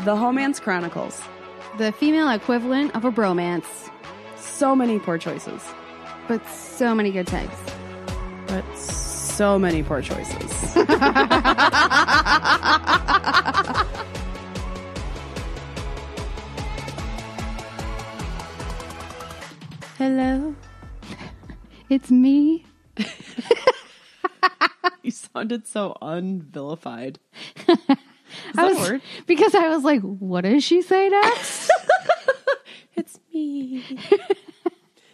The Homance Chronicles. The female equivalent of a bromance, So many poor choices, but so many good types. but so many poor choices. Hello. It's me. you sounded so unvilified. I that a was, word? Because I was like, what does she say next? It's me.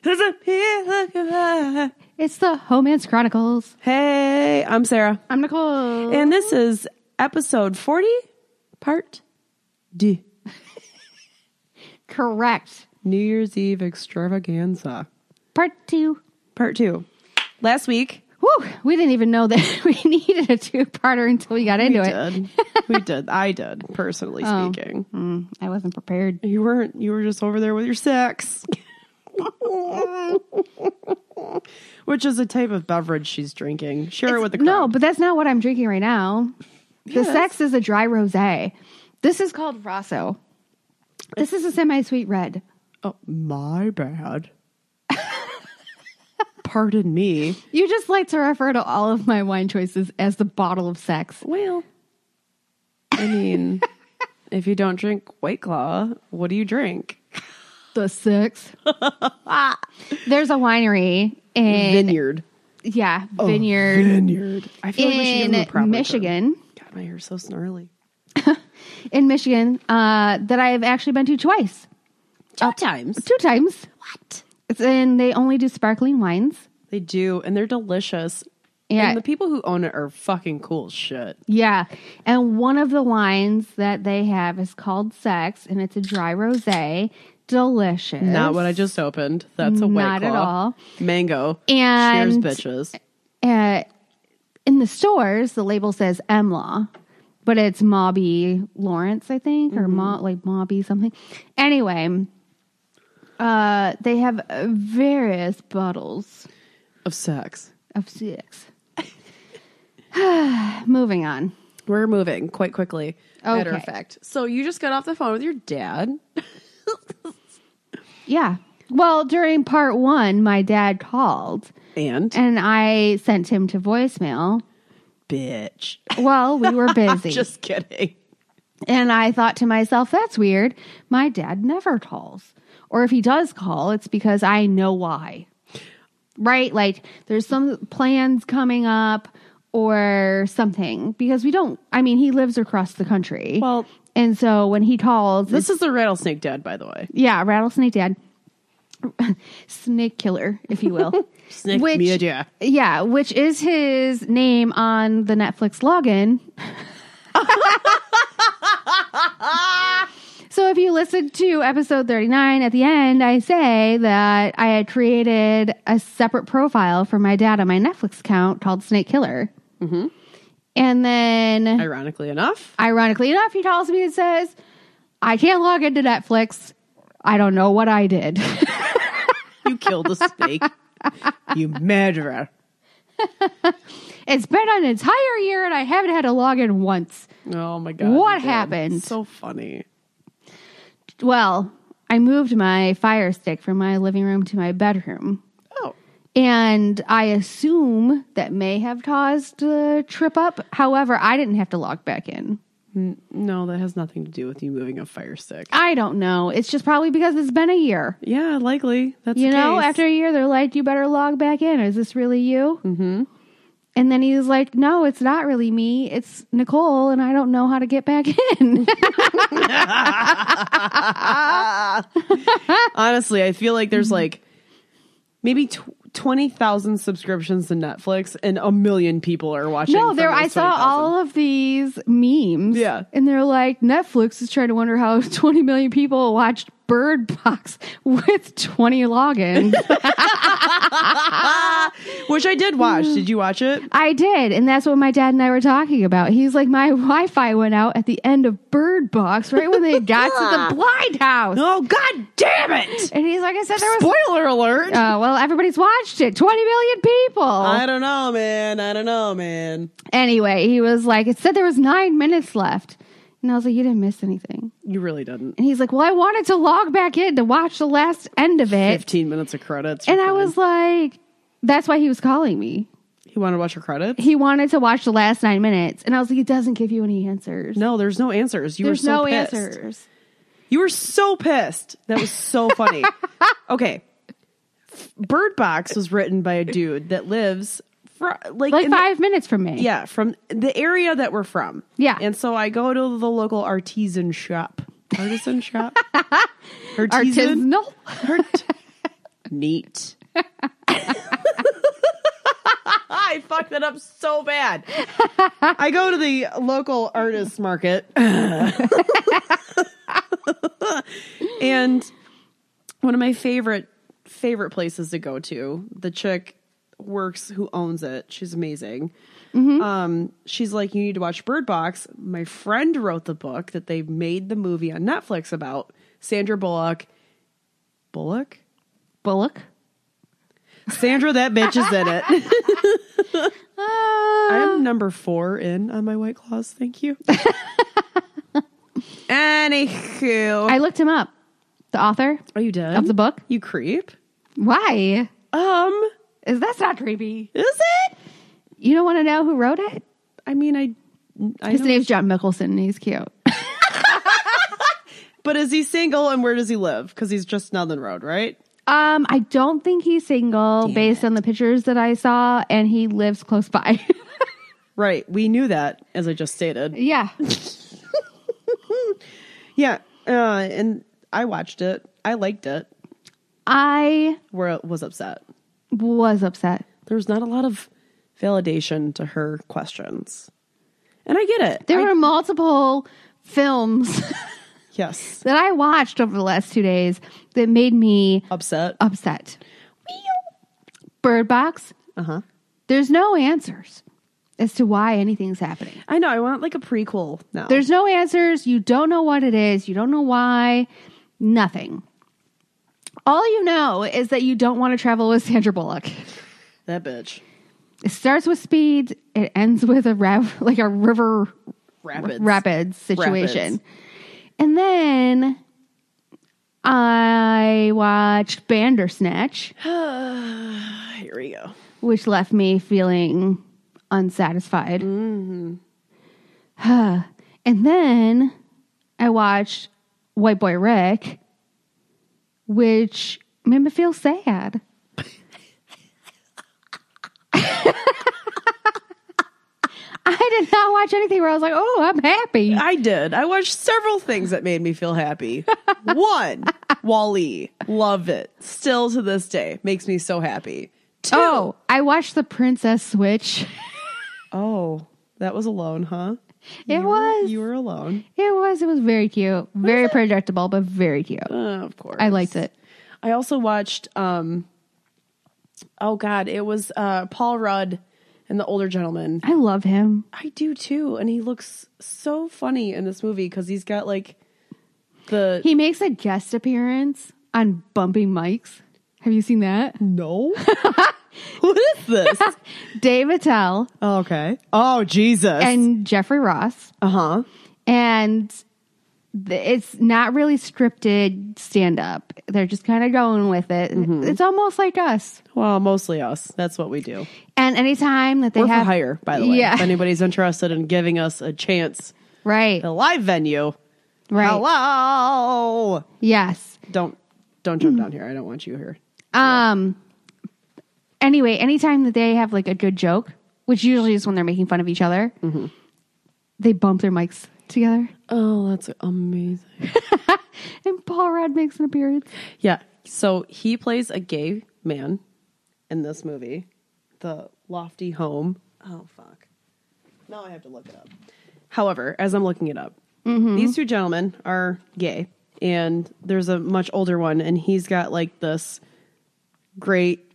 There's a pillar. it's the Homance Chronicles. Hey, I'm Sarah, I'm Nicole. and this is episode 40, part D. Correct. New Year's Eve extravaganza. Part two. Part two. Last week, Whew, we didn't even know that we needed a two-parter until we got into we it. did. we did. I did, personally speaking. Mm, I wasn't prepared. You weren't. You were just over there with your sex. Which is a type of beverage she's drinking. Share it with the crowd. No, but that's not what I'm drinking right now. The Yes. sex is a dry rosé. This is called Rosso. This is a semi-sweet red. Oh, my bad. Pardon me. You just like to refer to all of my wine choices as the bottle of sex. Well, I mean, if you don't drink White Claw, what do you drink? The six. Ah, There's a winery in Vineyard. yeah vineyard Vineyard. I Oh, feel like we should give them a proper in term. Michigan. God, my hair's so snarly. In Michigan, uh, that I've actually been to twice, Two times. two times. What? It's and they only do sparkling wines. They do, and they're delicious. Yeah. And the people who own it are fucking cool as shit. Yeah. And one of the wines that they have is called Sex, and it's a dry rose. Delicious. Not what I just opened. That's a white Not claw. at all. Mango. And- Cheers, bitches. Uh, in the stores, the label says Emlaw, but it's Mobby Lawrence, I think, or Ma, like Mobby something. Anyway, uh, they have uh, various bottles Of sex. of six. Moving on. We're moving quite quickly. Matter of Okay. fact. So you just got off the phone with your dad. Yeah. Well, during part one, my dad called. And, And I sent him to voicemail. bitch. Well, we were busy. Just kidding. and I thought to myself, that's weird. My dad never calls. Or if he does call, it's because I know why. Right? Like there's some plans coming up or something because we don't, I mean, he lives across the country. Well- and so when he calls, This is the rattlesnake dad, by the way. yeah, rattlesnake dad, snake killer, if you will. Snake Which- media. Yeah, which is his name on the Netflix login. so if you listen to episode 39 at the end, I say that I had created a separate profile for my dad on my Netflix account called Snake Killer. And then, Ironically enough. ironically enough, he calls me and says, I can't log into Netflix. I don't know what I did. You killed a snake. you murderer. it's been an entire year and I haven't had a login once. Oh my god. What you did. happened? So funny. Well, I moved my fire stick from my living room to my bedroom. Oh. And I assume that may have caused the trip up. However, I didn't have to log back in. No, that has nothing to do with you moving a fire stick. I don't know. It's just probably because it's been a year. Yeah, likely. That's You the know, case. after a year, they're like, you better log back in. Is this really you? Mm-hmm. And then he's like, no, it's not really me. It's Nicole, and I don't know how to get back in. Honestly, I feel like there's like maybe tw- 20,000 subscriptions to Netflix and a million people are watching. No, from there. those I saw 20,000. all of these memes. Yeah. and they're like Netflix is trying to wonder how 20 million people watched Bird Box with 20 logins. Which I did watch. Did you watch it? I did, and that's what my dad and I were talking about. He's like, my Wi-Fi went out at the end of Bird Box, right when they got to the blind house, Oh, god damn it! and he's like, I said there was. Spoiler alert! Uh, well, everybody's watched it. 20 million people. I don't know, man. I don't know, man. Anyway, he was like, it said there was nine minutes left. And I was like, you didn't miss anything. You really didn't. And he's like, well, I wanted to log back in to watch the last end of it. 15 minutes of credits. And I was like, that's why he was calling me. He wanted to watch your credits? He wanted to watch the last nine minutes. And I was like, it doesn't give you any answers. No, there's no answers. You There's were so no pissed. answers. You were so pissed. That was so funny. okay. Bird Box was written by a dude that lives fr- like, Like in the- five minutes from me. yeah, from the area that we're from. Yeah. And so I go to the local artisan shop. Artisan shop? Artisan? Artisanal. Art. Neat. I fucked that up so bad. I go to the local artist market. and one of my favorite favorite places to go to, the chick works who owns it. She's amazing. Um, she's like, you need to watch Bird Box. My friend wrote the book that they made the movie on Netflix about Sandra Bullock. Bullock? Bullock. Sandra, that bitch is in it. Uh, I'm number four in on my White Claws. Thank you. Anywho. I looked him up, the author Are you done? of the book. you creep. Why? Um, Is that's not creepy? is it? You don't want to know who wrote it? I mean, I. I His don't- name's John Mickelson, and he's cute. but is he single and where does he live? Because he's just down the road, right? Um, I don't think he's single based on the pictures that I saw, and he lives close by. Right. We knew that, as I just stated. yeah, Yeah. Uh, and I watched it. I liked it. I Where I was upset. was upset. There's not a lot of validation to her questions. And I get it. There were multiple films yes. that I watched over the last two days that made me Upset. upset. Bird Box. Uh huh. There's no answers as to why anything's happening. I know. I want like a prequel now. There's no answers. You don't know what it is. You don't know why. Nothing. All you know is that you don't want to travel with Sandra Bullock. that bitch. It starts with speed. It ends with a rev, like a river Rapids. rapids situation. And then I watched Bandersnatch, Here we go. which left me feeling unsatisfied. and then I watched White Boy Rick, which made me feel sad. I did not watch anything where I was like, oh, I'm happy. I did. I watched several things that made me feel happy. One, Wally. Love it. Still to this day. Makes me so happy. Two, Oh, I watched The Princess Switch. Oh, that was alone, huh? It was. You were alone. It was. It was very cute. Very predictable, but very cute. Uh, of course. I liked it. I also watched um oh god, it was uh Paul Rudd and the older gentleman. I love him. I do too, and he looks so funny in this movie because he's got like the He makes a guest appearance on Bumpy Mics. Have you seen that? No. what is this? Dave Attell oh, okay. Oh Jesus. and Jeffrey Ross. uh huh. And th- it's not really scripted stand up. They're just kind of going with it. Mm-hmm. It's almost like us. Well, mostly us. That's what we do. And anytime that they We're have for hire, by the way. Yeah. If anybody's interested in giving us a chance at Right. a live venue. Right. Hello. Yes. Don't don't jump down here. I don't want you here. Um. Anyway, anytime that they have like a good joke, which usually is when they're making fun of each other, Mm-hmm. they bump their mics together, Oh, that's amazing. and Paul Rudd makes an appearance. Yeah. So he plays a gay man in this movie, the lofty home. Oh fuck. Now I have to look it up. Mm-hmm. However, as I'm looking it up, these two gentlemen are gay, and there's a much older one, and he's got like this great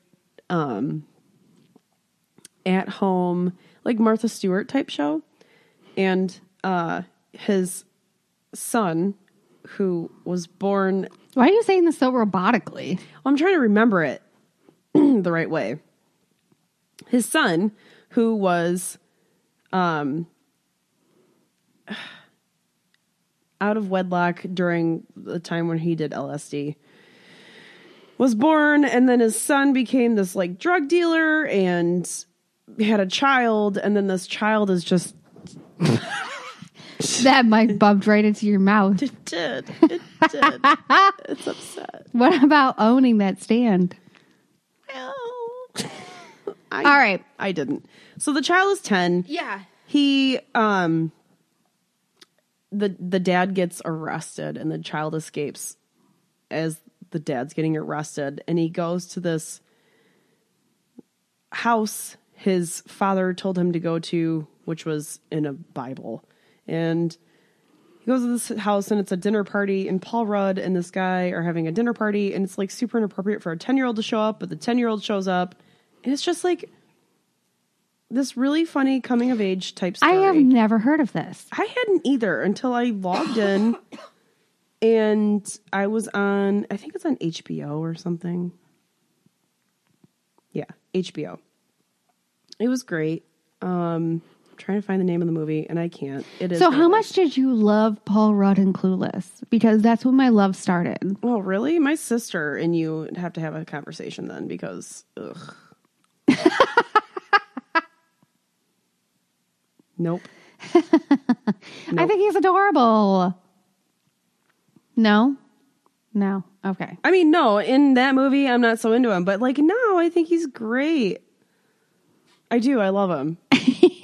at home, like Martha Stewart type show. And uh, his son, who was born Why are you saying this so robotically? I'm trying to remember it the right way. His son, who was um out of wedlock during the time when he did LSD. Was born, and then his son became this like drug dealer and had a child, and then this child is just That mic bumped right into your mouth. it did. It did. it's upset. What about owning that stand? Well, All right. I didn't. So the child is 10. Yeah. He um the the dad gets arrested and the child escapes as the dad's getting arrested and he goes to this house his father told him to go to which was in a bible and he goes to this house and it's a dinner party and paul rudd and this guy are having a dinner party and it's like super inappropriate for a 10 year old to show up but the 10 year old shows up and it's just like this really funny coming of age type story I have never heard of this. I hadn't either until I logged in and I was on, I think it's on HBO or something. Yeah, HBO. It was great. Um, I'm trying to find the name of the movie and I can't. It is. So, what how it much is. did you love Paul Rudd and Clueless? Because that's when my love started. Oh, really? My sister and you have to have a conversation then because, ugh. nope. I think he's adorable. No? No. Okay. I mean, no, in that movie, I'm not so into him, but like now, I think he's great. I do. I love him.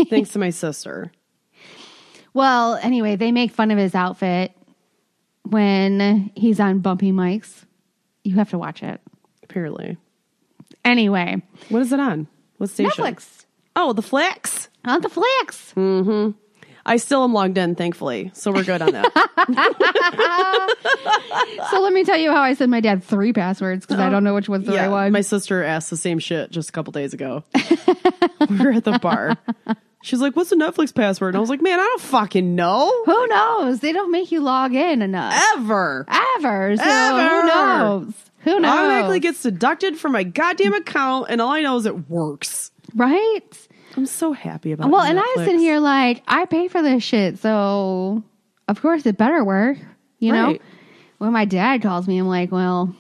Thanks to my sister. Well, anyway, they make fun of his outfit when he's on bumpy mics. You have to watch it. Apparently, Anyway, what is it on? What station? Netflix Oh, the Flex. on the flicks. I still am logged in, thankfully, so we're good on that. So let me tell you how I sent my dad three passwords because I don't know which one's the right one. Uh-huh. my sister asked the same shit just a couple days ago. we were at the bar. She's like, "What's the Netflix password?" And I was like, "Man, I don't fucking know. Who knows? They don't make you log in enough Ever." ever. So Ever. who knows? Who knows? Automatically gets deducted from my goddamn account, and all I know is it works. right. I'm so happy about. Well, and I was Netflix. sitting here like, I pay for this shit, so of course it better work. You know? Right. When my dad calls me, I'm like, well,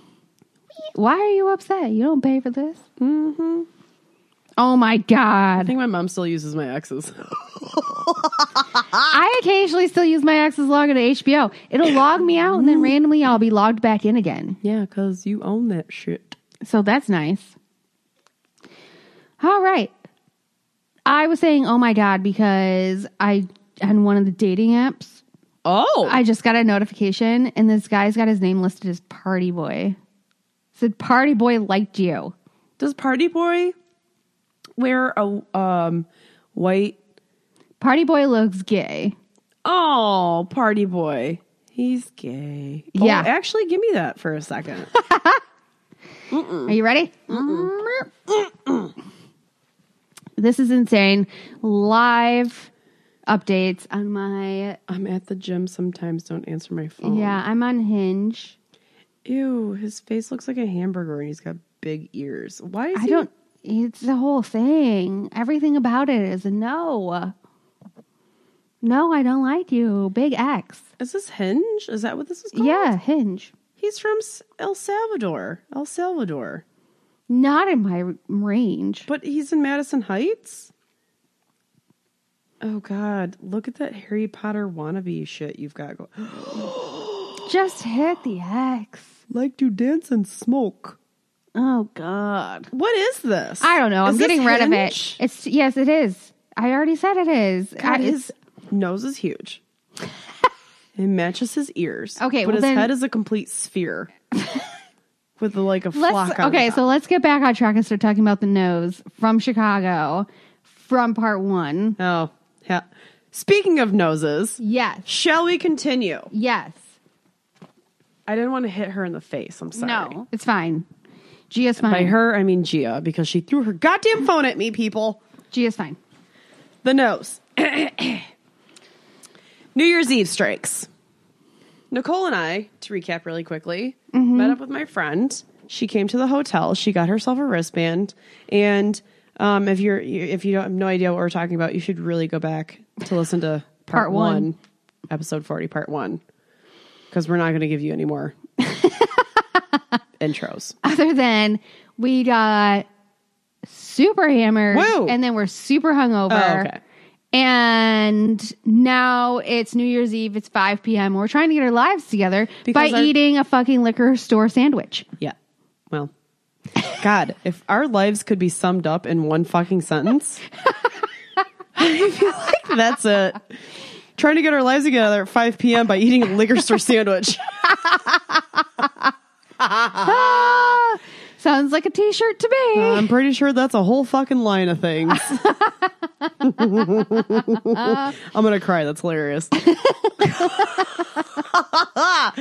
why are you upset? You don't pay for this. Mm-hmm. Oh my I god! think my mom still uses my exes. I occasionally still use my ex's login to HBO. It'll log me out, and then randomly I'll be logged back in again. yeah, because you own that shit. So that's nice. All right. I was saying, oh my god, because I on one of the dating apps, Oh, I just got a notification, and this guy's got his name listed as Party Boy. It said Party Boy liked you. does Party Boy wear a um white? Party Boy looks gay. Oh, Party Boy, he's gay. Yeah. Oh, actually, give me that for a second. Are you ready? This is insane. Live updates on my. I'm at the gym sometimes. Don't answer my phone. Yeah, I'm on Hinge. Ew, his face looks like a hamburger, and he's got big ears. Why is I he? don't. It's the whole thing. Everything about it is a no. No, I don't like you. Big X. Is this Hinge? Is that what this is called? Yeah, Hinge. He's from S- El Salvador. El Salvador. Not in my r- range. But he's in Madison Heights? Oh god, look at that Harry Potter wannabe shit you've got going. Just hit the X. like to dance and smoke. Oh God. What is this? I don't know. Is I'm this getting rid of it. Hinge? It's yes, it is. I already said it is. I, God, it's- his nose is huge. it matches his ears. Okay, but his well then- head is a complete sphere with like a flock let's on okay. top. So let's get back on track and start talking about the nose from Chicago, from part one. Oh, yeah. Speaking of noses, Yes. shall we continue? Yes. I didn't want to hit her in the face. I'm sorry. No. It's fine. Gia's fine. By her, I mean Gia, because she threw her goddamn phone at me, people. Gia's fine. The nose. New Year's Eve strikes. Nicole and I, to recap really quickly, met up with my friend. She came to the hotel. She got herself a wristband. And um, if you're you- if you don't have no idea what we're talking about, you should really go back to listen to part, Part one. episode forty, part one. because we're not going to give you any more intros. Other than we got super hammered Woo. and then we're super hungover. Oh, okay. And now it's New Year's Eve. It's 5 p.m. We're trying to get our lives together Because by our- eating a fucking liquor store sandwich. Yeah. Well, God, if our lives could be summed up in one fucking sentence, I feel like that's it. Trying to get our lives together at 5 p.m. by eating a liquor store sandwich. Ah, sounds like a t shirt to me. I'm pretty sure that's a whole fucking line of things. I'm going to cry. That's hilarious. Well,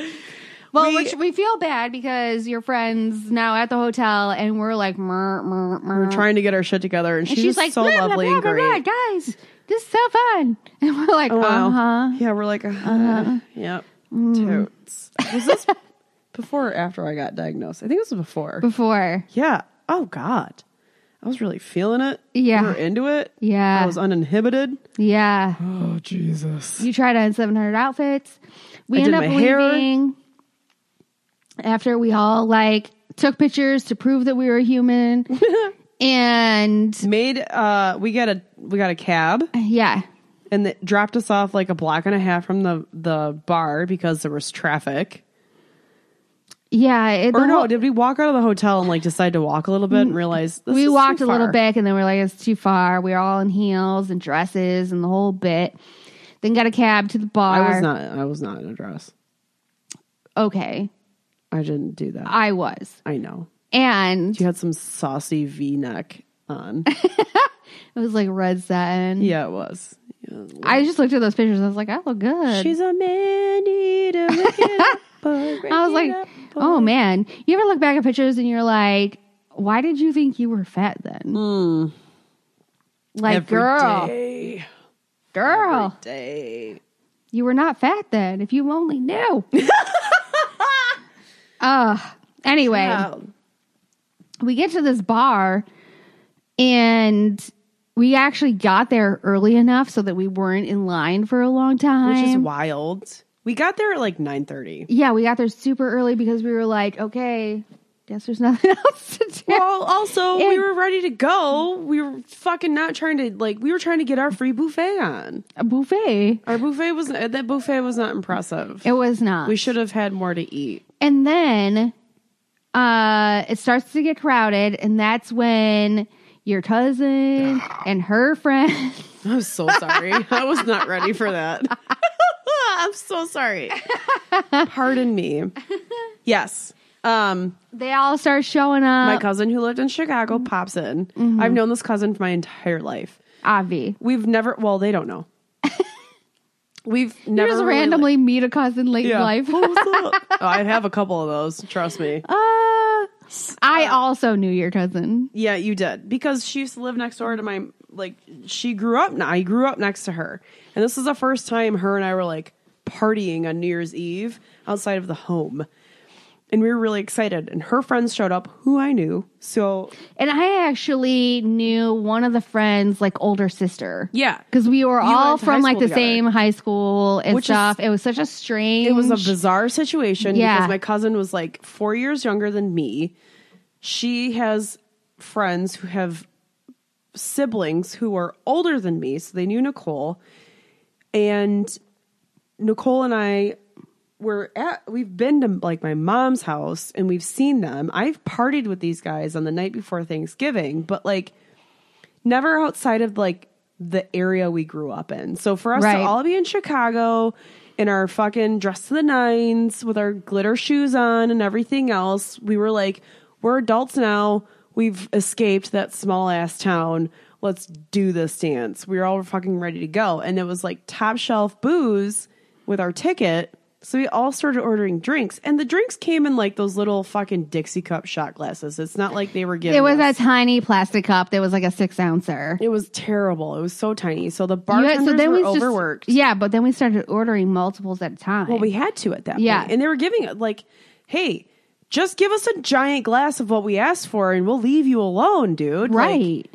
We- which we feel bad because your friend's now at the hotel, and we're like, mer, mer, mer. We're trying to get our shit together, and, Uh-huh. and she's, she's like, so blah, blah, lovely blah, and blah, great. Oh, blah, guys, this is so fun. And we're like, Wow. uh huh. Yeah, we're like, uh, Uh-huh. yep. Mm. Totes. Was this before or after I got diagnosed? I think this was before. Before, yeah. Oh God, I was really feeling it. Yeah. we were into it. Yeah. I was uninhibited. yeah, Oh Jesus. you tried on seven hundred outfits. We I end did up my hair. leaving after we all like took pictures to prove that we were human, and Made uh, we got a we got a cab yeah, and it dropped us off like a block and a half from the the bar because there was traffic. yeah. It, the Or no, whole- did we walk out of the hotel and like decide to walk a little bit and realize this is we too walked a little far? bit and then we're like it's too far we were all in heels and dresses and the whole bit then got a cab to the bar I was not. I was not in a dress. okay I didn't do that. i was I know. and You had some saucy V neck on. it was like red satin yeah, it was. Yeah. i just looked at those pictures i was like i look good She's a man eater. i I was like oh man you ever look back at pictures and you're like why did you think you were fat then like girl Hmm. day, girl day. You were not fat then, if you only knew. uh, anyway, Child. we get to this bar and we actually got there early enough so that we weren't in line for a long time. which is wild. We got there at like nine thirty. yeah, we got there super early because we were like, okay, guess there's nothing else to do. Well, also we And- were ready to go. We were fucking not trying to like. We were trying to get our free buffet on. a buffet. Our buffet was uh, that buffet was not impressive. It was not. We should have had more to eat. And then uh it starts to get crowded and that's when your cousin and her friend I'm so sorry. I was not ready for that. I'm so sorry. Pardon me. Yes. Um, they all start showing my up. cousin who lived in Chicago Mm-hmm. pops in. I've known this cousin for my entire life. Avi. We've never, well, they don't know. We've You never just really- randomly meet a cousin late Yeah. in life. Oh, what's up? Oh, I have a couple of those. Trust me. Uh, I also knew your cousin. Yeah, you did because she used to live next door to my like. She grew up. I grew up next to her, and this is the first time her and I were like partying on New Year's Eve outside of the home, and we were really excited. And her friends showed up, who I knew. So And I actually knew one of the friends, like older sister. Yeah. Because we were went all to from high like school the together. same high school and Which is- stuff. it was such a strange. it was a bizarre situation Yeah. because my cousin was like four years younger than me. She has friends who have siblings who are older than me, so they knew Nicole. And Nicole and I were at we've been to like my mom's house and we've seen them. I've partied with these guys on the night before Thanksgiving, but like never outside of like the area we grew up in. So for us Right. to all be in Chicago in our fucking dress to the nines with our glitter shoes on and everything else, we were like, we're adults now. We've escaped that small ass town. Let's do this dance. We were all fucking ready to go. And it was like top shelf booze with our ticket. So we all started ordering drinks. And the drinks came in like those little fucking Dixie cup shot glasses. It's not like they were giving it was us- a tiny plastic cup that was like a six ouncer. it was terrible. It was so tiny. So the You bartenders had- were just- overworked. yeah, but then we started ordering multiples at a time. Well, we had to at that Yeah. point. And they were giving it like, hey, just give us a giant glass of what we asked for and we'll leave you alone, dude. Like, right.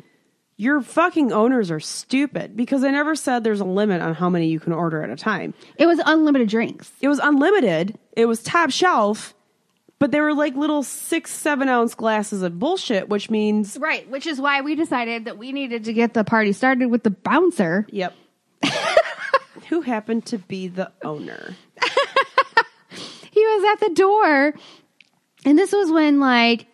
your fucking owners are stupid because they never said there's a limit on how many you can order at a time. It was unlimited drinks. It was unlimited, it was top shelf, but they were like little six, seven ounce glasses of bullshit, which means, Right, which is why we decided that we needed to get the party started with the bouncer. yep. Who happened to be the owner? He was at the door. And this was when like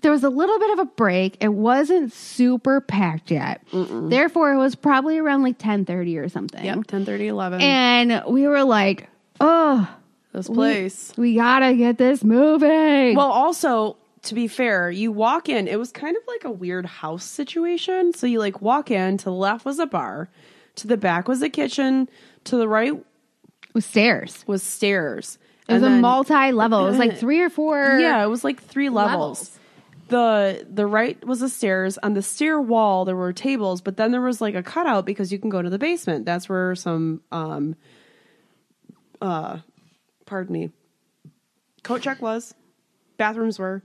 there was a little bit of a break. It wasn't super packed yet. Therefore, it was probably around like 10:30 or something. 10 11. And we were like, "Oh, this place. we got to get this moving." Well, also to be fair, you walk in. It was kind of like a weird house situation. So you like walk in. To the left was a bar. To the back was a kitchen. To the right it was stairs. was stairs. It was And a then- multi-level. It was like 3 or 4 Yeah, it was like three levels. levels. The the right was the stairs. On the stair wall there were tables, but then there was like a cutout because you can go to the basement. That's where some um uh pardon me. Coat check was. Bathrooms were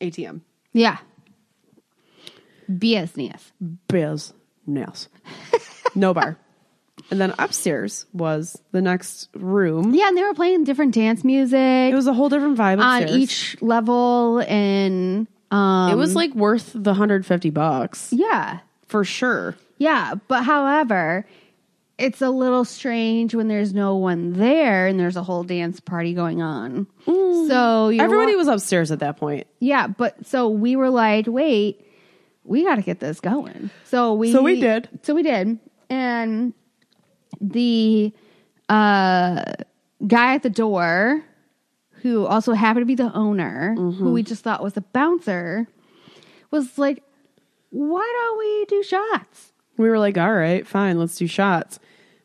ATM. Yeah. BS Nias. Biz nails. No bar. And then upstairs was the next room. Yeah, and they were playing different dance It music was a whole different vibe on upstairs. each level and um it was like worth the 150 bucks yeah. for sure. Yeah, but however, it's a little strange when there's no one there and there's a whole dance party going on. So you Mm. Everybody was upstairs at that point. yeah, but so we were like, wait, we got to get this going. So we So we did. So we did, and the uh, guy at the door, who also happened to be the owner, Mm-hmm. who we just thought was a bouncer, was like, why don't we do shots? We were like, all right, fine, let's do shots.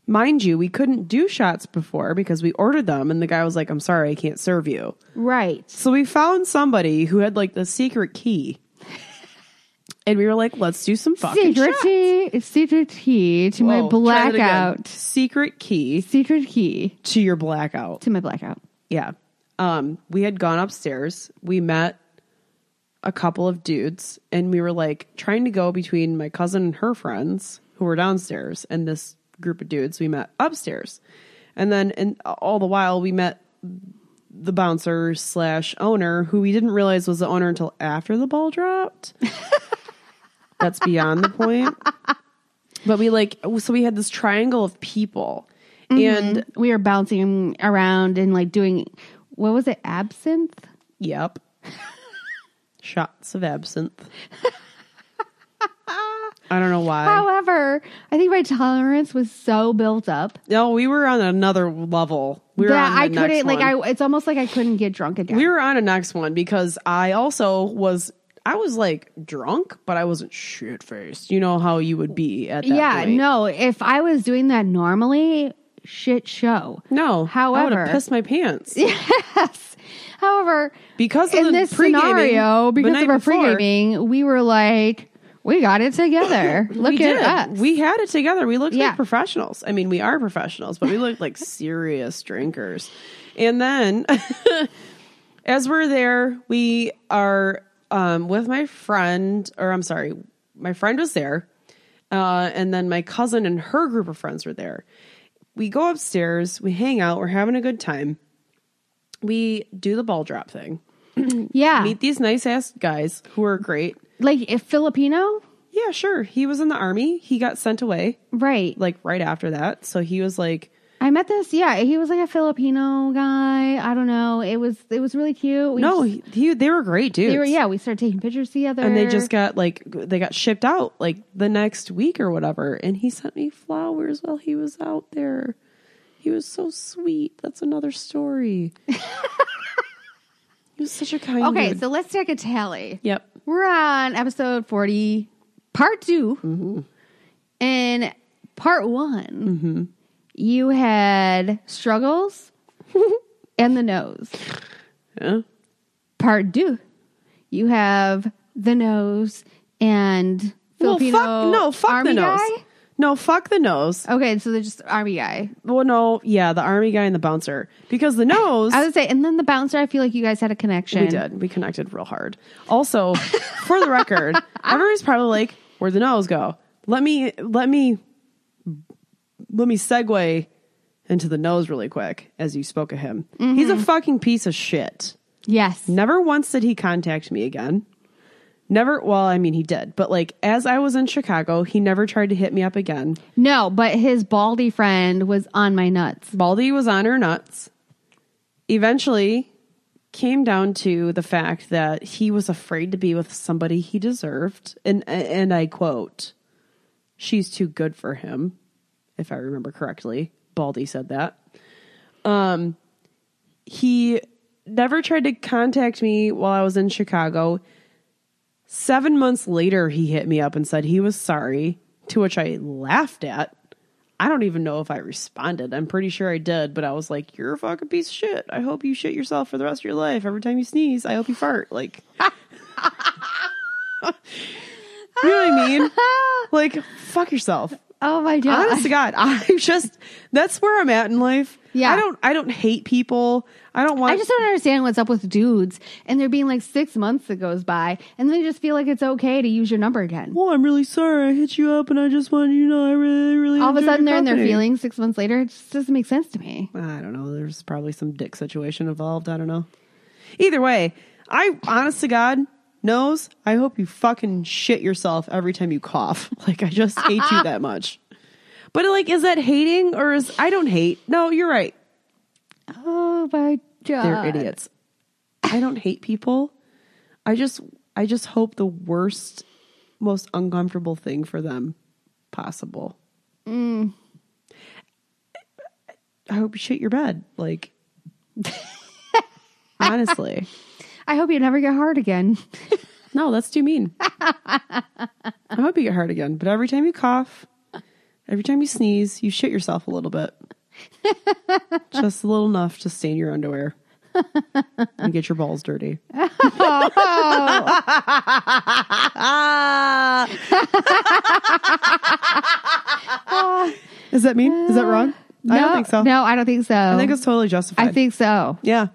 Mind you, we couldn't do shots before because we ordered them and the guy was like, I'm sorry, I can't serve you. Right. So we found somebody who had like the secret key. And we were like, let's do some fucking Secret shots. key, secret key to my Whoa, try that again. blackout. Secret key Secret key to your blackout. to my blackout. Yeah. Um, we had gone upstairs. We met a couple of dudes and we were like trying to go between my cousin and her friends who were downstairs and this group of dudes we met upstairs. And then and all the while we met the bouncer slash owner who we didn't realize was the owner until after the ball dropped. That's beyond the point. But we like so we had this triangle of people. And we were bouncing around and like doing what was it absinthe Yep. Shots of absinthe. I don't know why. however i think my tolerance was so built up no, we were on another level. We were that on the i next couldn't like one. i it's almost like i couldn't get drunk again we were on a next one because I also was I was like drunk, but I wasn't shit faced. You know how you would be at that yeah point. no if i was doing that normally shit show No. I would However- have pissed my pants. however Because of in the this pre-gaming scenario the because night of our before, pre-gaming we were like we got it together look we did. at us We had it together. We looked Yeah. like professionals. I mean, we are professionals, but we looked like serious drinkers. And then, as we're there, we are um, with my friend, or I'm sorry, my friend was there. Uh, and then my cousin and her group of friends were there. We go upstairs, we hang out, we're having a good time. We do the ball drop thing. yeah Meet these nice ass guys who are great. like if filipino Yeah, sure. He was in the army. He got sent away right like right after that. So he was like, I met this, yeah. He was like a Filipino guy. I don't know. It was it was really cute. We no, just- he, he- they were great dudes. they were yeah. We started taking pictures together, And they just got like they got shipped out like the next week or whatever. And he sent me flowers while he was out there. He was so sweet. That's another story. he was such a kind. okay. dude. So let's take a tally. yep. We're on episode forty, part 2 Mm-hmm. and part one. Mm-hmm. You had struggles and the nose. Yeah. Part two, you have the nose and Filipino. well, fuck no, fuck army the nose. guy? No, fuck the nose. Okay, so they're just army guy. Well, no, yeah, the army guy and the bouncer because the nose. I would say, and then the bouncer. I feel like you guys had a connection. We did. We connected real hard. Also, for the record, everybody's probably like, where'd the nose go? Let me let me let me segue into the nose really quick as you spoke of him. He's a fucking piece of shit. Yes. Never once did he contact me again. Never well, I mean he did, but like as I was in Chicago, he never tried to hit me up again. No, but his baldy friend was on my nuts. Baldy was on her nuts. Eventually came down to the fact that he was afraid to be with somebody he deserved. And and I quote, She's too good for him, if I remember correctly. Baldy said that. Um he never tried to contact me while I was in Chicago. Seven months later, he hit me up and said he was sorry, to which I laughed at. I don't even know if I responded. I'm pretty sure I did, but I was like, You're a fucking piece of shit. I hope you shit yourself for the rest of your life. Every time you sneeze, I hope you fart. Like, you know what I mean? Like, fuck yourself. Oh my god. Honest to God, I just, that's where I'm at in life. Yeah. I don't, I don't hate people. I don't want I just don't understand what's up with dudes and there being like six months that goes by and they just feel like it's okay to use your number again. well, "Oh, I'm really sorry I hit you up and I just wanted you to know I really, really All of a enjoyed sudden your they're in their company. feelings six months later. It just doesn't make sense to me. I don't know. There's probably some dick situation involved. I don't know. Either way, I honest to God knows. I hope you fucking shit yourself every time you cough. Like I just hate you that much. But like, is that hating or is I don't hate? No, you're right. Oh my god. They're idiots. I don't hate people. I just I just hope the worst, most uncomfortable thing for them possible. I hope you shit your bed. Like honestly. I hope you never get hard again. No, that's too mean. I hope you get hurt again. But every time you cough, every time you sneeze, you shit yourself a little bit. Just a little enough to stain your underwear and get your balls dirty. Is that mean? Is that wrong? I don't No, think so. No, I don't think so. I think it's totally justified. I think so. yeah.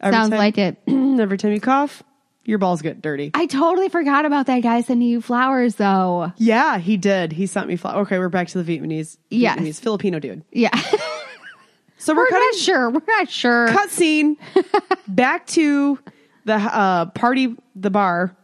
Every Sounds time- like it. every time you cough, your balls get dirty. I totally forgot about that guy sending you flowers though. Yeah, he did. He sent me flowers. Okay, we're back to the Vietnamese. Yes. Vietnamese Filipino dude. Yeah. So we're, We're cutting not sure. We're not sure. cut scene back to the uh, party, the bar.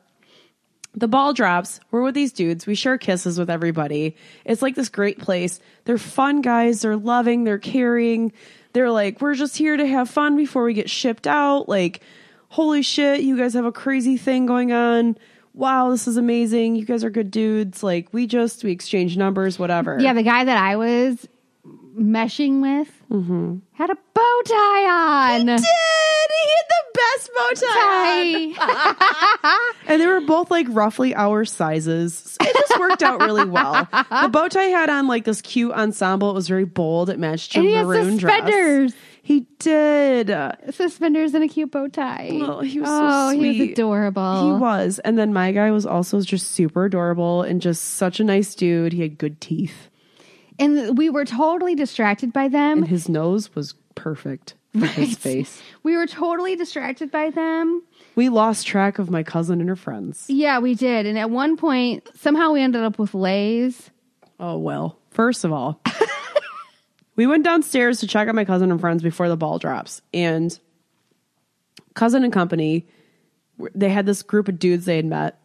The ball drops. We're with these dudes. We share kisses with everybody. It's like this great place. They're fun guys. They're loving. They're caring. They're like, we're just here to have fun before we get shipped out. Like, holy shit, you guys have a crazy thing going on. Wow, this is amazing. You guys are good dudes. Like, we just, we exchange numbers, whatever. Yeah, the guy that I was meshing with had a bow tie on. Did Mm-hmm. he had the best bow tie? on. Tie. And they were both like roughly our sizes. It just worked out really well. The bow tie had on like this cute ensemble. It was very bold. It matched your And he had maroon suspenders. dress. He did. He Suspenders and a cute bow tie. Oh, he was so oh, he was sweet. adorable. was. And then my guy was also just super adorable and just such a nice dude. He had good teeth. and we were totally distracted by And them. his nose was perfect for his face. We were totally distracted by them. We lost track of my cousin and her friends. Yeah, we did. And at one point, somehow we ended up with Lay's. Oh, well. First of all, we went downstairs to check out my cousin and friends before the ball drops. And cousin and company, w- they had this group of dudes they had met.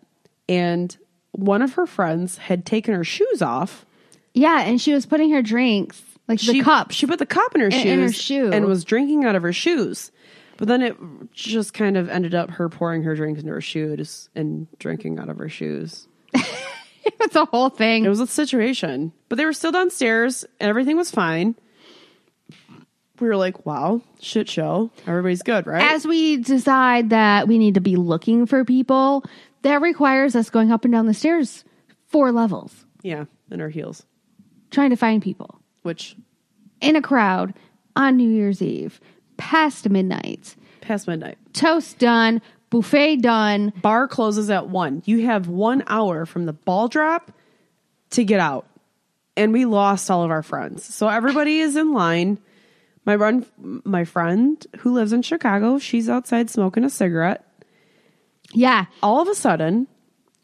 And one of her friends had taken her shoes off. Yeah, and she was putting her drinks, like the cup. She put the cup in her shoes. in her shoe. And was drinking out of her shoes. But then it just kind of ended up her pouring her drink into her shoes and drinking out of her shoes. it's a whole thing. It was a situation, but they were still downstairs and everything was fine. We were like, wow, shit show. Everybody's good, right? as we decide that we need to be looking for people, that requires us going up and down the stairs four levels yeah, in our heels, trying to find people which in a crowd on New Year's Eve, past midnight. past midnight. Toast done, buffet done. Bar closes at one. You have one hour from the ball drop to get out. And we lost all of our friends. So everybody is in line. My run, my friend who lives in Chicago, she's outside smoking a cigarette. Yeah. all of a sudden,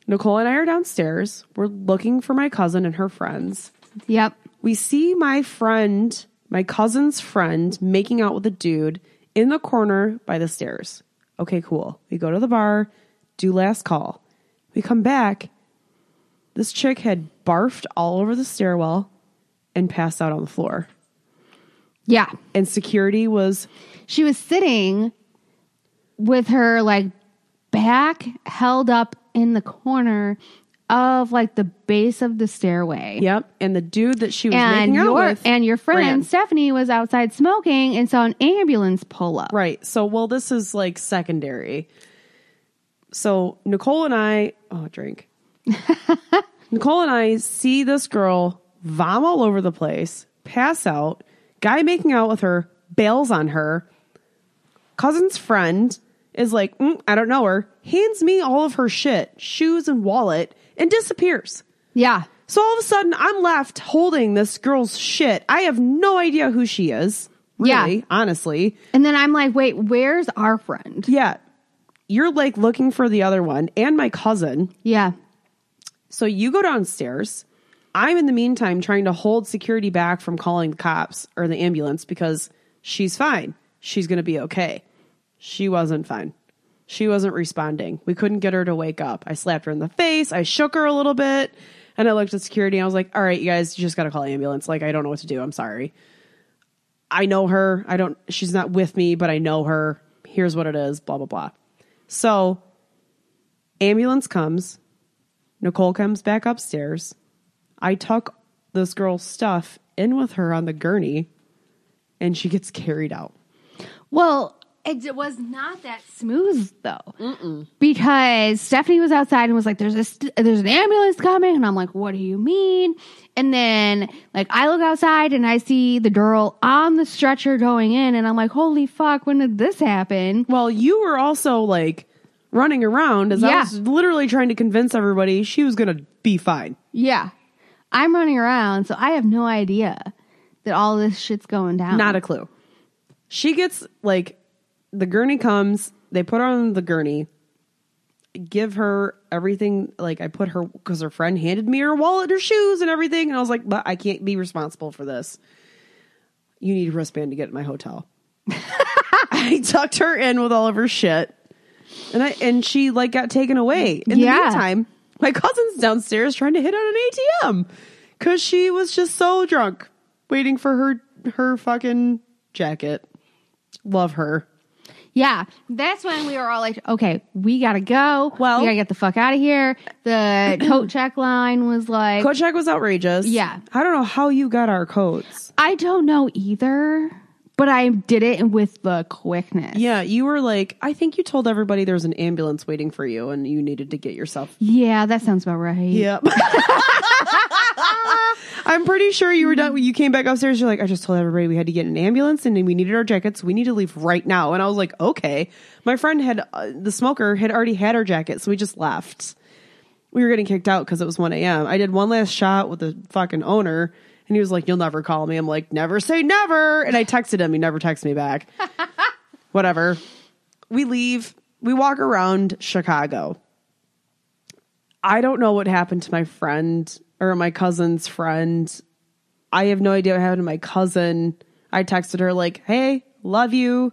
Nicole and I are downstairs. We're looking for my cousin and her friends. Yep. We see my friend, my cousin's friend, making out with a dude in the corner by the stairs. Okay, cool. We go to the bar, do last call. We come back. This chick had barfed all over the stairwell and passed out on the floor. Yeah. And security was She was sitting with her like back held up in the corner of like the base of the stairway. Yep. And the dude that she was And making out your with and your friend ran. Stephanie was outside smoking and saw an ambulance pull up. Right. So well this is like secondary. So Nicole and I oh drink. Nicole and I see this girl vom all over the place, pass out, guy making out with her, bails on her. Cousin's friend is like, "Mm, I don't know her, hands me all of her shit, shoes and wallet, and disappears. Yeah. So all of a sudden, I'm left holding this girl's shit. I have no idea who she is. Yeah. Really, honestly. And then I'm like, wait, where's our friend? Yeah. You're like looking for the other one and my cousin. Yeah. So you go downstairs. I'm in the meantime trying to hold security back from calling the cops or the ambulance because she's fine. She's going to be okay. She wasn't fine. She wasn't responding. We couldn't get her to wake up. I slapped her in the face. I shook her a little bit. And I looked at security and I was like, all right, you guys, you just got to call the ambulance. Like, I don't know what to do. I'm sorry. I know her. I don't, she's not with me, but I know her. Here's what it is, blah, blah, blah. So, ambulance comes. Nicole comes back upstairs. I tuck this girl's stuff in with her on the gurney, and she gets carried out. Well, it was not that smooth though, because Stephanie was outside and was like, "There's a st- there's an ambulance coming," and I'm like, "What do you mean?" And then like I look outside and I see the girl on the stretcher going in, and I'm like, "Holy fuck! When did this happen?" Well, you were also like running around as I Yeah. was literally trying to convince everybody she was going to be fine. Yeah, I'm running around, so I have no idea that all this shit's going down. Not a clue. She gets like the gurney comes, they put her on the gurney, give her everything. Like I put her because her friend handed me her wallet, her shoes, and everything. And I was like, but I can't be responsible for this. You need a wristband to get in my hotel. I tucked her in with all of her shit. And I and she like got taken away. In Yeah. the meantime, my cousin's downstairs trying to hit on an ATM because she was just so drunk, waiting for her her fucking jacket. Love her. Yeah, that's when we were all like, okay, we gotta go. Well- we gotta get the fuck out of here. The coat check line was like, Coach check was outrageous. Yeah. I don't know how you got our codes. I don't know either, but I did it with the quickness. Yeah, you were like, I think you told everybody there's an ambulance waiting for you and you needed to get yourself. Yeah, that sounds about right. Yep. I'm pretty sure you were done. You came back upstairs. You're like, I just told everybody we had to get an ambulance and then we needed our jackets. We need to leave right now. And I was like, okay. My friend had, uh, the smoker had already had her jacket. So we just left. We were getting kicked out because it was 1 a.m. I did one last shot with the fucking owner and he was like, you'll never call me. I'm like, never say never. And I texted him. He never texted me back. Whatever. We leave. We walk around Chicago. I don't know what happened to my friend or my cousin's friend. I have no idea what happened to my cousin. I texted her like, "Hey, love you.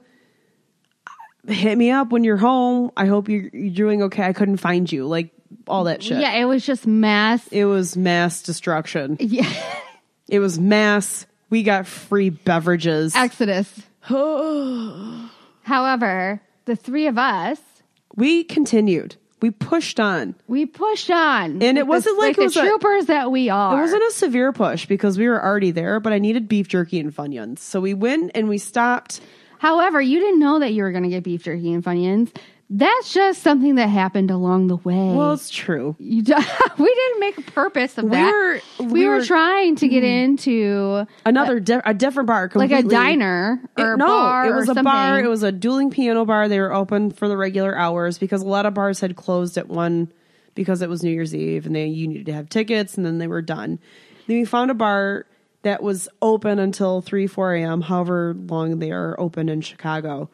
Hit me up when you're home. I hope you're, you're doing okay. I couldn't find you. Like all that shit. Yeah, it was just mess. It was mass destruction. Yeah. It was mass. We got free beverages. Exodus. However, the three of us, we continued. We pushed on. we pushed on. And it With wasn't the, like it was the a- troopers that we are. It wasn't a severe push because we were already there, but I needed beef jerky and funyuns. So we went and we stopped. However, you didn't know that you were going to get beef jerky and Funyuns. That's just something that happened along the way. Well, it's true. You d- we didn't make a purpose of We that. were- we, we were, were- trying to get into Another di- a different bar, like a completely- diner It- or a no, bar it was or a something. bar. It was a dueling piano bar. They were open for the regular hours because a lot of bars had closed at one because it was New Year's Eve and they you needed to have tickets and then they were done. Then we found a bar that was open until three four a.m. However long they are open in Chicago,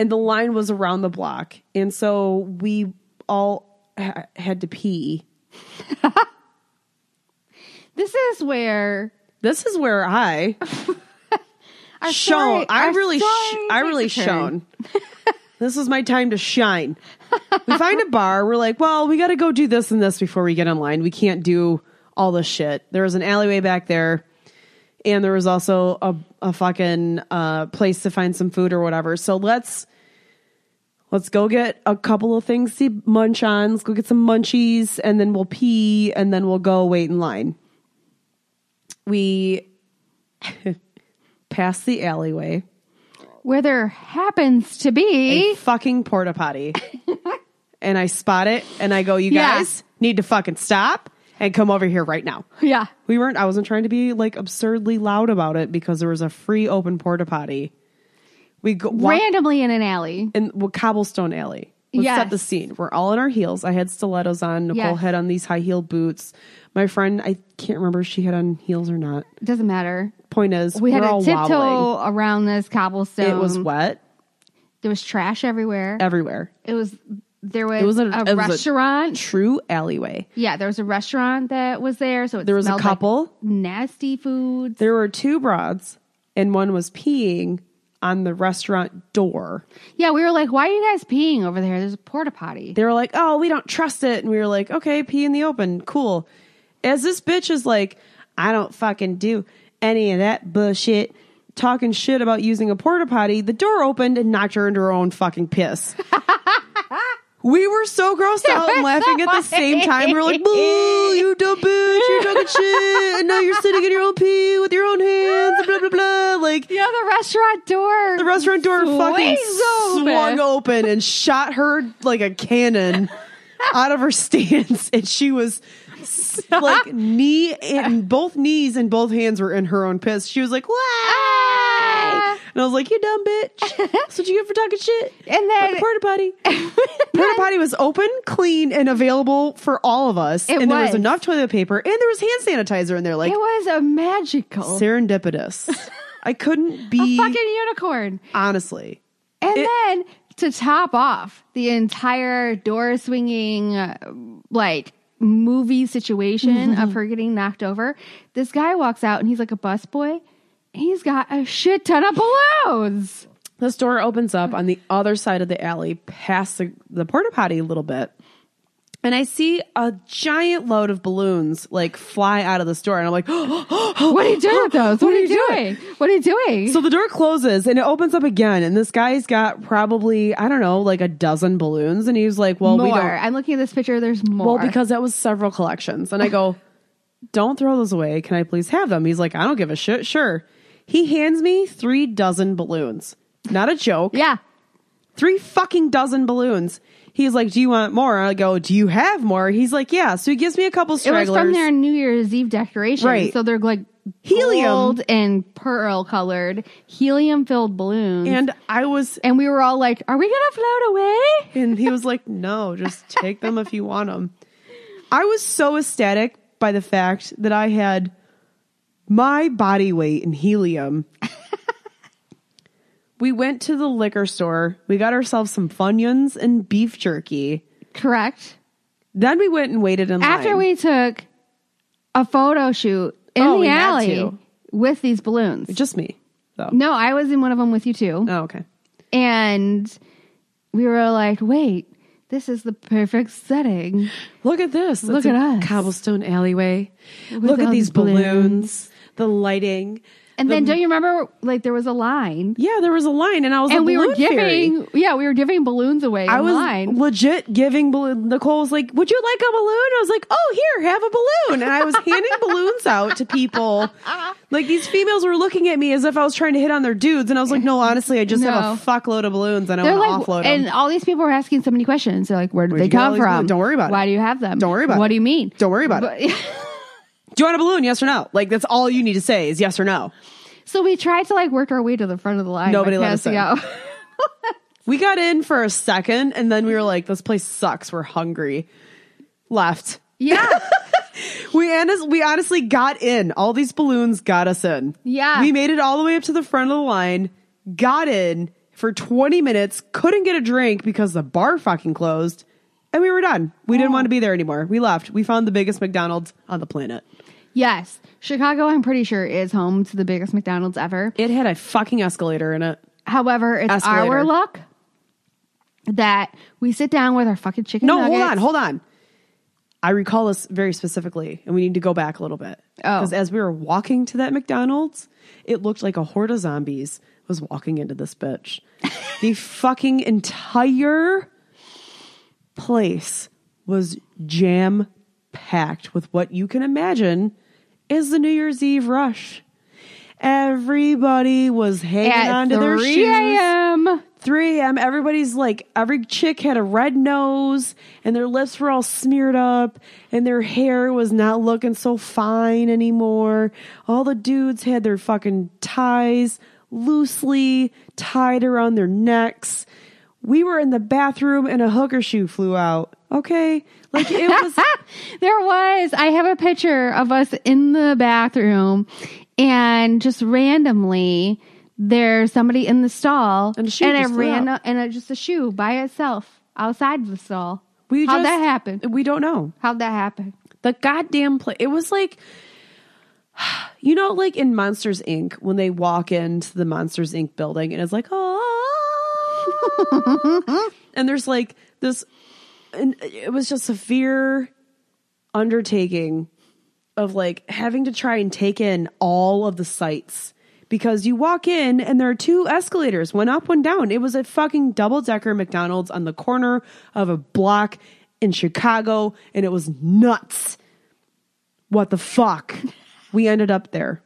and the line was around the block, and so we all ha- had to pee. This is where This is where I our shone. story- I our really, sh- story I takes really a turn. shone. this is my time to shine. We find a bar. We're like, well, we got to go do this and this before we get online. We can't do all this shit. There was an alleyway back there, and there was also a a fucking uh, place to find some food or whatever. So let's let's go get a couple of things to munch on. Let's go get some munchies, and then we'll pee, and then we'll go wait in line. We pass the alleyway. Where there happens to a be fucking porta potty. and I spot it and I go, you Yeah. guys need to fucking stop and come over here right now. yeah. We weren't, I wasn't trying to be like absurdly loud about it because there was a free open porta potty. We go, walk randomly in an alley. in well, cobblestone alley. Let's set Yes. the scene. We're all in our heels. I had stilettos on. Nicole Yes. had on these high heel boots. My friend, I can't remember if she had on heels or not. It doesn't matter. Point is, We are had to all tiptoe Um, wobbling. around this cobblestone. It was wet There was trash everywhere. everywhere. It was there was, was a- a, it was a- restaurant. True alleyway. yeah, there was a restaurant that was there. So it There was a smelled like couple. nasty foods. There were two broads, and one was peeing on the restaurant door. Yeah, we were like, why are you guys peeing over there? There's a porta potty. They were like, "Oh, we don't trust it," and we were like, "Okay, pee in the open, cool." As this bitch is like, "I don't fucking do any of that bullshit," talking shit about using a porta potty. The door opened and knocked her into her own fucking piss. We were so grossed out and laughing at the same time. We were like, boo, you dumb bitch, you're talking shit, and now you're sitting in your own pee with your own hands, blah, blah, blah. Like, Yeah, the restaurant door. the restaurant door fucking Swings open. swung open and shot her like a cannon out of her stance, and she was s- like knee and both knees and both hands were in her own piss. She was like, "Why?" Ah. And I was like, "You dumb bitch! That's what you get for talking shit." And About then the porta potty. Porta potty was open, clean, and available for all of us. It and there was was. enough toilet paper, and there was hand sanitizer in there. Like it was a magical serendipitous. I couldn't be fucking unicorn. honestly. And It- then to top off the entire door swinging, uh, like movie situation Mm-hmm. of her getting knocked over, this guy walks out and he's like a busboy. He's got a shit ton of balloons. This door opens up on the other side of the alley, past the, the porta potty a little bit. And I see a giant load of balloons like fly out of the store. And I'm like, What are you doing with those? What, are you doing? What are you doing? so the door closes and it opens up again. And this guy's got probably, I don't know, like a dozen balloons. And he was like, well, we more. don't. I'm looking at this picture. There's more. Well, because that was several collections. And I go, don't throw those away. Can I please have them? He's like, I don't give a shit. Sure. He hands me three dozen balloons. Not a joke. yeah, three fucking dozen balloons. He's like, "Do you want more?" I go, "Do you have more?" He's like, "Yeah." So he gives me a couple it was stragglers. from their New Year's Eve decoration. Right. So they're like Helium. gold and pearl colored, helium filled balloons. and I was, And we were all like, are we going to float away? and he was like, "No, just take them if you want them." I was so ecstatic by the fact that I had my body weight in helium. we went to the liquor store. We got ourselves some funyuns and beef jerky. Correct. Then we went and waited in line. After we took a photo shoot in Oh, we the had alley to. with these balloons. just me though. No, I was in one of them with you too. Oh, okay. And we were like, wait, this is the perfect setting. Look at this. It's Look at a us. Cobblestone alleyway. Look at all these the balloons. balloons. the lighting. And then don't you remember, like, there was a line. Yeah, there was a line and I was a And we were balloon fairy. giving, yeah, we were giving balloons away I was online. legit giving balloon. Nicole was like, "Would you like a balloon?" I was like, "Oh, here, have a balloon." And I was handing balloons out to people. Like these females were looking at me as if I was trying to hit on their dudes, and I was like, "No, honestly, I just No. have a fuckload of balloons, and I They're want like, to offload them." and all these people were asking so many questions. They're like, where did Where'd they you get all come these from? balloons? Don't worry about Why it. do you have them? Don't worry about What it. do you mean? Don't worry about it. Do you want a balloon? Yes or no? Like that's all you need to say is yes or no. So we tried to like work our way to the front of the line. Nobody by let us passing in. out. We got in for a second, and then we were like, "This place sucks. We're hungry." Left. yeah. We honest, we honestly got in. All these balloons got us in. Yeah. We made it all the way up to the front of the line, got in for 20 minutes, couldn't get a drink because the bar fucking closed, and we were done. We didn't want to be there anymore. We left. We found the biggest McDonald's on the planet. Yes. Chicago, I'm pretty sure, is home to the biggest McDonald's ever. It had a fucking escalator in it. However, it's Escalator. our luck that we sit down with our fucking chicken No, nuggets. hold on, hold on. I recall this very specifically, and we need to go back a little bit. Oh. Because as we were walking to that McDonald's, it looked like a horde of zombies was walking into this bitch. the fucking entire place was jam packed with what you can imagine is the New Year's Eve rush. Everybody was hanging At on to their 3 shoes. a.m. 3 a.m. Everybody's like, every chick had a red nose and their lips were all smeared up and their hair was not looking so fine anymore. All the dudes had their fucking ties loosely tied around their necks. We were in the bathroom and a hooker shoe flew out. Okay. Like it was, there was. I have a picture of us in the bathroom, and just randomly, there's somebody in the stall, And a shoe just flew ran out. and a, just a shoe by itself outside the stall. we How'd just, that happen? We don't know. How'd that happen? The goddamn place. It was like, you know, like in Monsters Inc. when they walk into the Monsters Inc. building and it's like, oh, and there's like this, and it was just a severe undertaking of like having to try and take in all of the sights because you walk in and there are two escalators, one up, one down. It was a fucking double decker McDonald's on the corner of a block in Chicago, and it was nuts. What the fuck? We ended up there.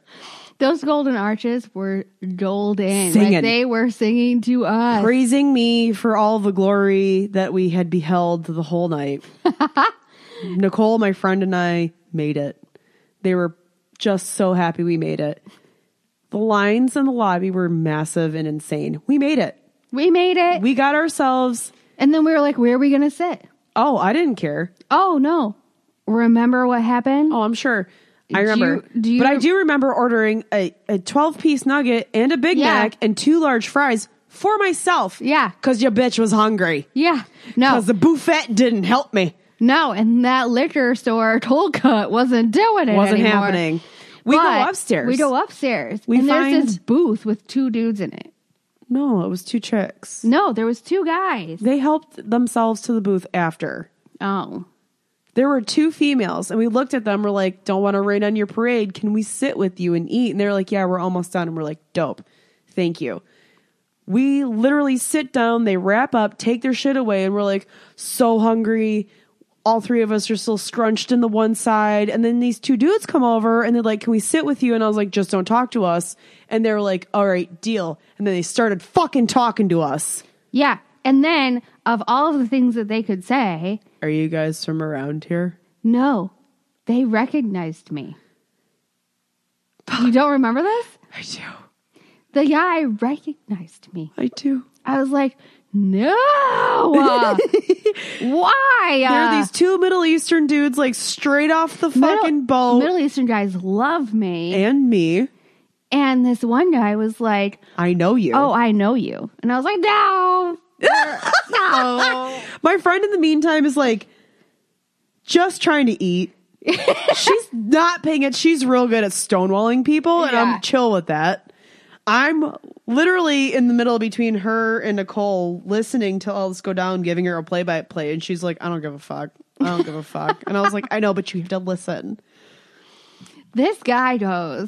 Those golden arches were doled in. Singing. Like they were singing to us. praising me for all the glory that we had beheld the whole night. Nicole, my friend, and I made it. They were just so happy we made it. The lines in the lobby were massive and insane. We made it. We made it. We got ourselves. and then we were like, where are we going to sit? Oh, I didn't care. Oh, no. Remember what happened? Oh, I'm sure. I Do you- remember. do you- but I do remember ordering a, a 12 piece nugget and a Big Yeah. Mac and two large fries for myself. Yeah. Oh. Because your bitch was hungry. Yeah. No. Because the buffet didn't help me. No, and that liquor store toll cut wasn't doing it. wasn't anymore. happening. We But go upstairs. We go upstairs. We and there's this find- booth with two dudes in it. No, it was two chicks. No, there was two guys. They helped themselves to the booth after. Oh. There were two females, and we looked at them. We're like, "Don't want to rain on your parade. Can we sit with you and eat?" And they're like, "Yeah, we're almost done." And we're like, "Dope, thank you." We literally sit down. They wrap up, take their shit away, and we're like, "So hungry." All three of us are still scrunched in the one side, and then these two dudes come over, and they're like, "Can we sit with you?" And I was like, "Just don't talk to us." And they were like, "All right, deal." And then they started fucking talking to us. Yeah. And then of all of the things that they could say, Are you guys from around here? no, they recognized me. You don't remember this? I do. The guy recognized me. I do. I was like, no. Why? There are these two Middle Eastern dudes, like straight off the fucking boat, uh, Middle Eastern guys love me. and me. And this one guy was like, I know you. Oh, I know you. And I was like, No. no. My friend, in the meantime, is like just trying to eat. She's not paying it. She's real good at stonewalling people, and Yeah. I'm chill with that. I'm literally in the middle between her and Nicole, listening to all this go down, giving her a play by play, and she's like, "I don't give a fuck. I don't give a fuck." And I was like, "I know, but you have to listen." This guy goes,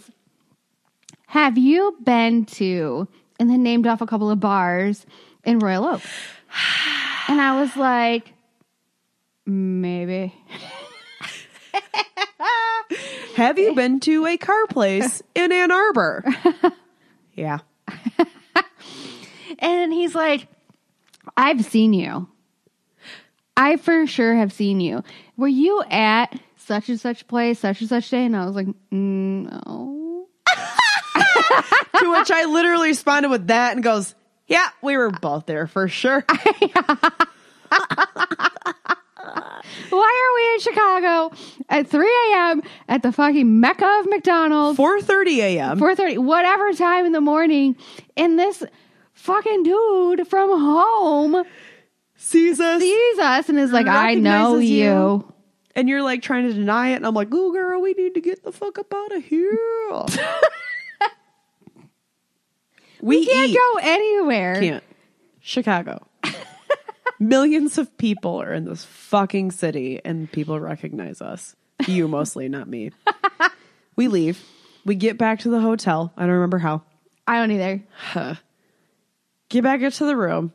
Have you been to, and then named off a couple of bars in Royal Oak. And I was like, Maybe. Have you been to a car place in Ann Arbor? yeah. And then he's like, I've seen you. I for sure have seen you. Were you at such and such place, such and such day? And I was like, "Mm, No. to which I literally responded with that and goes, Yeah, we were both there for sure. Why are we in Chicago at 3 a.m. at the fucking Mecca of McDonald's, 4:30 a.m. 4.30, whatever time in the morning, and this fucking dude from home sees us, sees us and is like, I know Recognizes you. you. and you're like trying to deny it. And I'm like, "Ooh, girl, we need to get the fuck up out of here." we Can't eat. go anywhere. can't. Chicago. Millions of people are in this fucking city and people recognize us. You mostly, not me. We leave. We get back to the hotel. I don't remember how. I don't either. Get back into the room.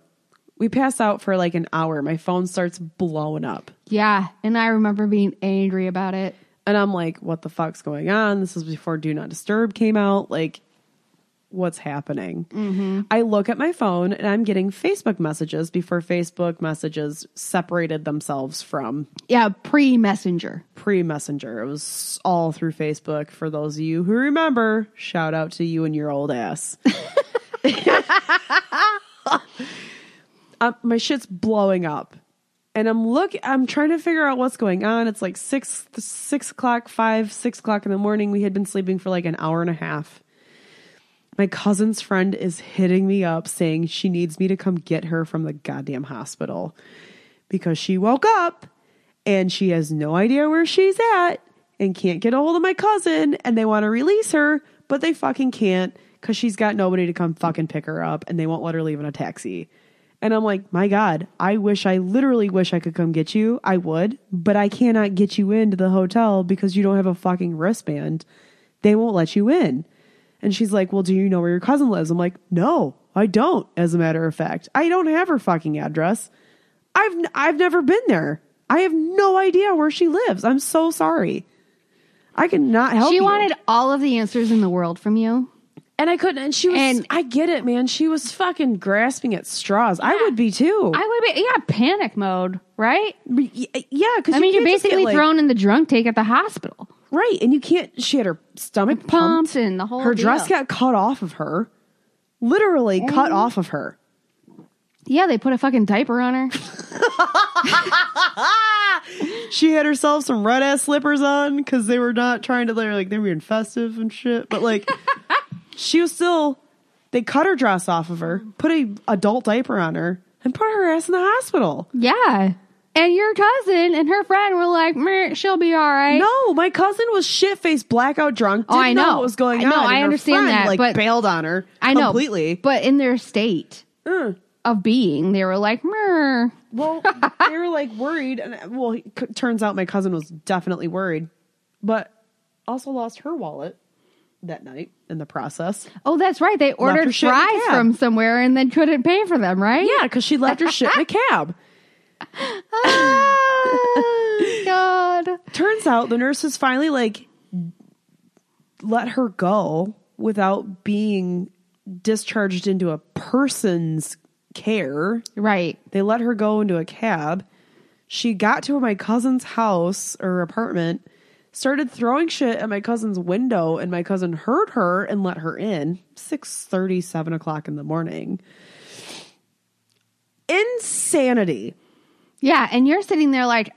We pass out for like an hour. My phone starts blowing up. Yeah. And I remember being angry about it. And I'm like, what the fuck's going on? This is before Do Not Disturb came out. Like, what's happening? I look at my phone and I'm getting Facebook messages before Facebook messages separated themselves from Yeah. Pre messenger. pre Messenger. It was all through Facebook. For those of you who remember, shout out to you and your old ass. um, my shit's blowing up, and I'm look. I'm trying to figure out what's going on. It's like six six o'clock, five six o'clock in the morning. We had been sleeping for like an hour and a half. My cousin's friend is hitting me up saying she needs me to come get her from the goddamn hospital because she woke up and she has no idea where she's at and can't get a hold of my cousin and they want to release her, but they fucking can't because she's got nobody to come fucking pick her up and they won't let her leave in a taxi. And I'm like, my God, I wish, I literally wish I could come get you. I would, but I cannot get you into the hotel because you don't have a fucking wristband. They won't let you in. And she's like, Well, do you know where your cousin lives? I'm like, No, I don't, as a matter of fact. I don't have her fucking address. I've I've never been there. I have no idea where she lives. I'm so sorry. I cannot help She you. wanted all of the answers in the world from you. and I couldn't and she was And- I get it, man. She was fucking grasping at straws. I would be too. I would be, yeah, panic mode, right? Y- yeah, because I mean, you're can't just get, basically like- thrown in the drunk tank at the hospital. right, and you can't. She had her stomach pumped, Pumped and the whole her deal. dress got cut off of her, literally cut off of her. Yeah, they put a fucking diaper on her. she had herself some red ass slippers on because they were not trying to they were like they were being festive and shit. But like she was still they cut her dress off of her, put a adult diaper on her, and put her ass in the hospital. yeah. And your cousin and her friend were like, "Meh, she'll be all right. No, my cousin was shit faced, blackout drunk. Didn't Oh, I know. what was going I on. know, and I her understand friend, that, Like but- bailed on her. I know. completely. But in their state Mm. of being, they were like, "Meh." Well, they were like worried, and well, it c- turns out my cousin was definitely worried, but also lost her wallet that night in the process. Oh, that's right. They her ordered shit in the fries cab. from somewhere and then couldn't pay for them, right? Yeah, because she left her shit in a cab. Oh, God. Turns out the nurse has finally like let her go without being discharged into a person's care. Right. They let her go into a cab. She got to my cousin's house or apartment, started throwing shit at my cousin's window, and my cousin heard her and let her in. Six thirty, seven o'clock in the morning. Insanity. Yeah. And you're sitting there like,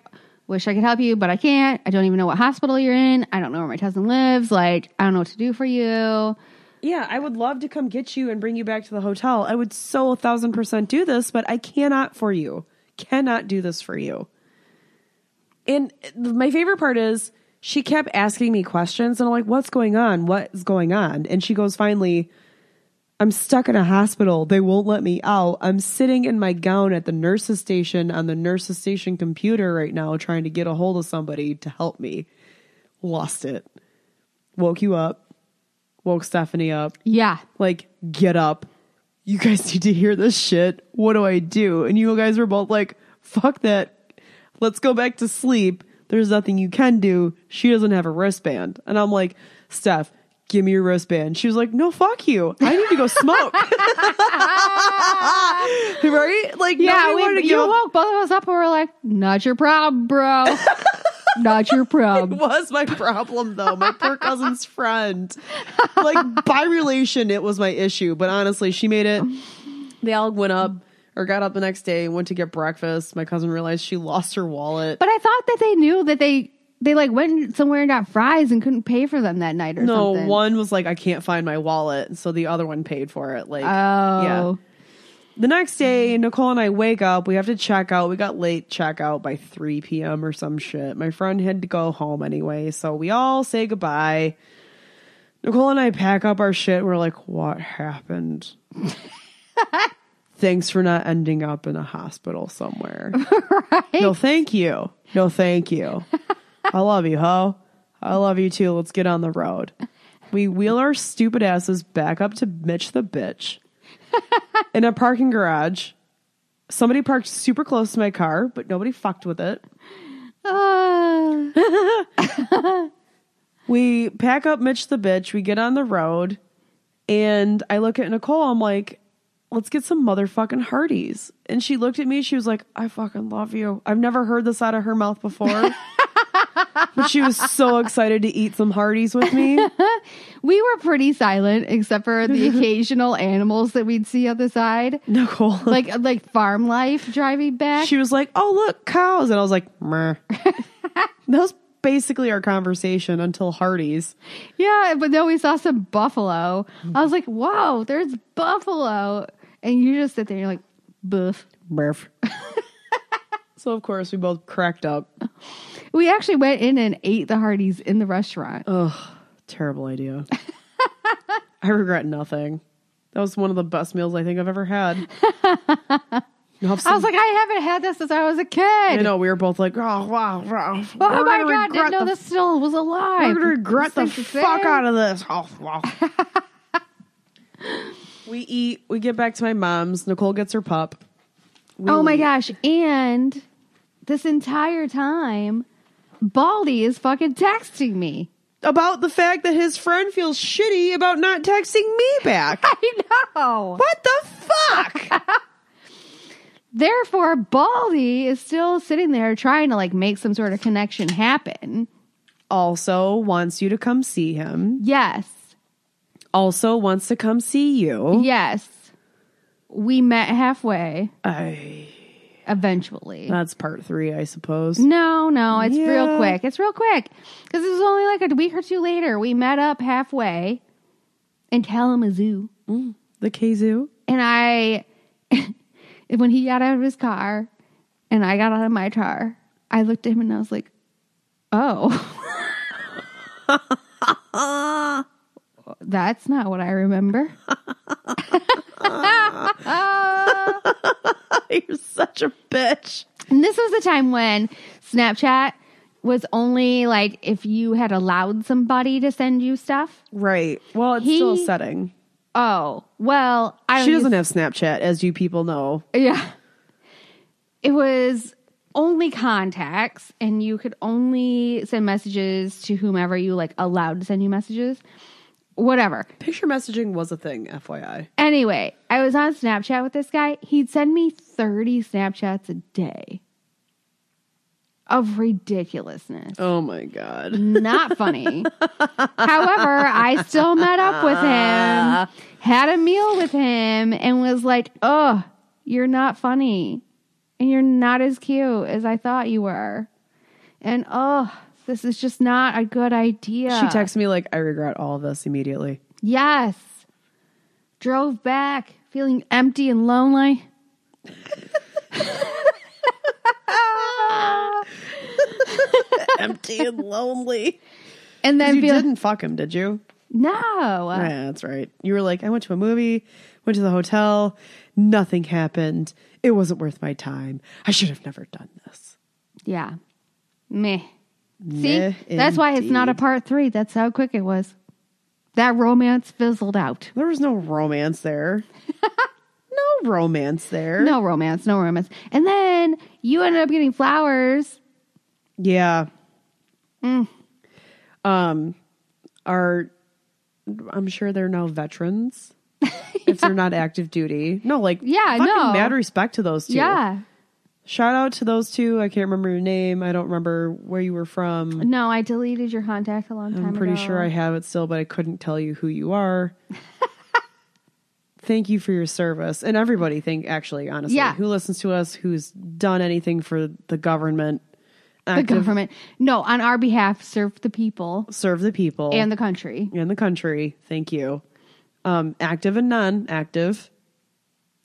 wish I could help you, but I can't. I don't even know what hospital you're in. I don't know where my cousin lives. Like, I don't know what to do for you. Yeah, I would love to come get you and bring you back to the hotel. I would so a thousand percent do this, but I cannot for you. Cannot do this for you. And th- my favorite part is she kept asking me questions, and I'm like, what's going on? What's going on? And she goes, finally, I'm stuck in a hospital. They won't let me out. I'm sitting in my gown at the nurse's station on the nurse's station computer right now, trying to get a hold of somebody to help me. Lost it. Woke you up. Woke Stephanie up Yeah. like get up you guys need to hear this shit what do i do and you guys were both like fuck that let's go back to sleep there's nothing you can do she doesn't have a wristband and i'm like steph give me your wristband she was like no fuck you i need to go smoke right like Yeah. nobody wanted We, to you give a- woke both of us up and we're like, not your problem, bro. not your problem. was my problem though. My poor cousin's friend. Like by relation, it was my issue. But honestly, she made it. They all went up or got up the next day and went to get breakfast. My cousin realized she lost her wallet. But I thought that they knew that they they like went somewhere and got fries and couldn't pay for them that night or no, something. one was like, I can't find my wallet. So the other one paid for it. Like, Oh. yeah. The next day, Nicole and I wake up. We have to check out. We got late checkout by 3 p.m. or some shit. My friend had to go home anyway, so we all say goodbye. Nicole and I pack up our shit. We're like, what happened? Thanks for not ending up in a hospital somewhere. No, thank you. No, thank you. I love you, ho. I love you too. Let's get on the road. We wheel our stupid asses back up to Mitch the bitch in a parking garage. Somebody parked super close to my car, but nobody fucked with it. Uh, We pack up Mitch the bitch. We get on the road, and I look at Nicole. I'm like, let's get some motherfucking Hardee's. And she looked at me. She was like, I fucking love you. I've never heard this out of her mouth before. but she was so excited to eat some Hardee's with me. we were pretty silent except for the occasional animals that we'd see on the side. Nicole. Like uh, like farm life driving back. she was like, "Oh look, cows," and I was like, "Meh." that was basically our conversation until Hardee's. Yeah, but then we saw some buffalo. I was like, whoa, there's buffalo. And you just sit there and you're like, boof. Burf. so of course we both cracked up. We actually went in and ate the Hardee's in the restaurant. Ugh, terrible idea. I regret nothing. That was one of the best meals I think I've ever had. Have I some- was like, I haven't had this since I was a kid. I know we were both like, "Oh wow, wow." Oh my god, didn't know this still was alive. We're gonna regret the It's like fuck same. out of this. Oh, wow. we eat. We get back to my mom's. Nicole gets her pup. We Oh my leave. gosh. And this entire time, Baldy is fucking texting me. About the fact that his friend feels shitty about not texting me back. I know. what the fuck? Therefore, Baldy is still sitting there trying to like make some sort of connection happen. also wants you to come see him. Yes. Also wants to come see you. Yes. We met halfway I, eventually. that's part three, I suppose. No, no, it's Yeah. real quick. It's real quick. Because it was only like a week or two later. We met up halfway in Kalamazoo. The kazoo. And I, when he got out of his car and I got out of my car, I looked at him and I was like, oh, that's not what I remember. You're such a bitch. And this was the time when Snapchat was only like if you had allowed somebody to send you stuff. Right. Well, it's still He- a setting. Oh, well, I She don't doesn't use- have Snapchat, as you people know. Yeah. It was only contacts, and you could only send messages to whomever you like allowed to send you messages, whatever. Picture messaging was a thing, FYI. Anyway, I was on Snapchat with this guy. He'd send me 30 Snapchats a day of ridiculousness. Oh my god. Not funny. However, I still met up with him, had a meal with him, and was like, oh, you're not funny. And you're not as cute as I thought you were. And oh, this is just not a good idea. She texted me like, "I regret all this immediately." Yes. Drove back feeling empty and lonely. Empty and lonely. And then You feeling, didn't fuck him, did you? no. yeah, that's right. You were like, "I went to a movie, went to the hotel, nothing happened. It wasn't worth my time. I should have never done this." Yeah. Meh. See? Meh, That's why it's not a indeed. part three. That's how quick it was. That romance fizzled out. There was no romance there. no romance there. No romance, no romance. And then you ended up getting flowers. Yeah. Mm. Um, are I'm sure they're now veterans if they're not active duty. No, like Yeah, fucking no. mad respect to those two. Yeah. Shout out to those two. I can't remember your name. I don't remember where you were from. No, I deleted your contact a long time ago. I'm pretty sure I have it still, but I couldn't tell you who you are. thank you for your service. And everybody thank actually, honestly, Yeah. who listens to us, who's done anything for the government, the active, government. No, on our behalf, serve the people serve the people. and the country. in the country. Thank you. Um, active and non active.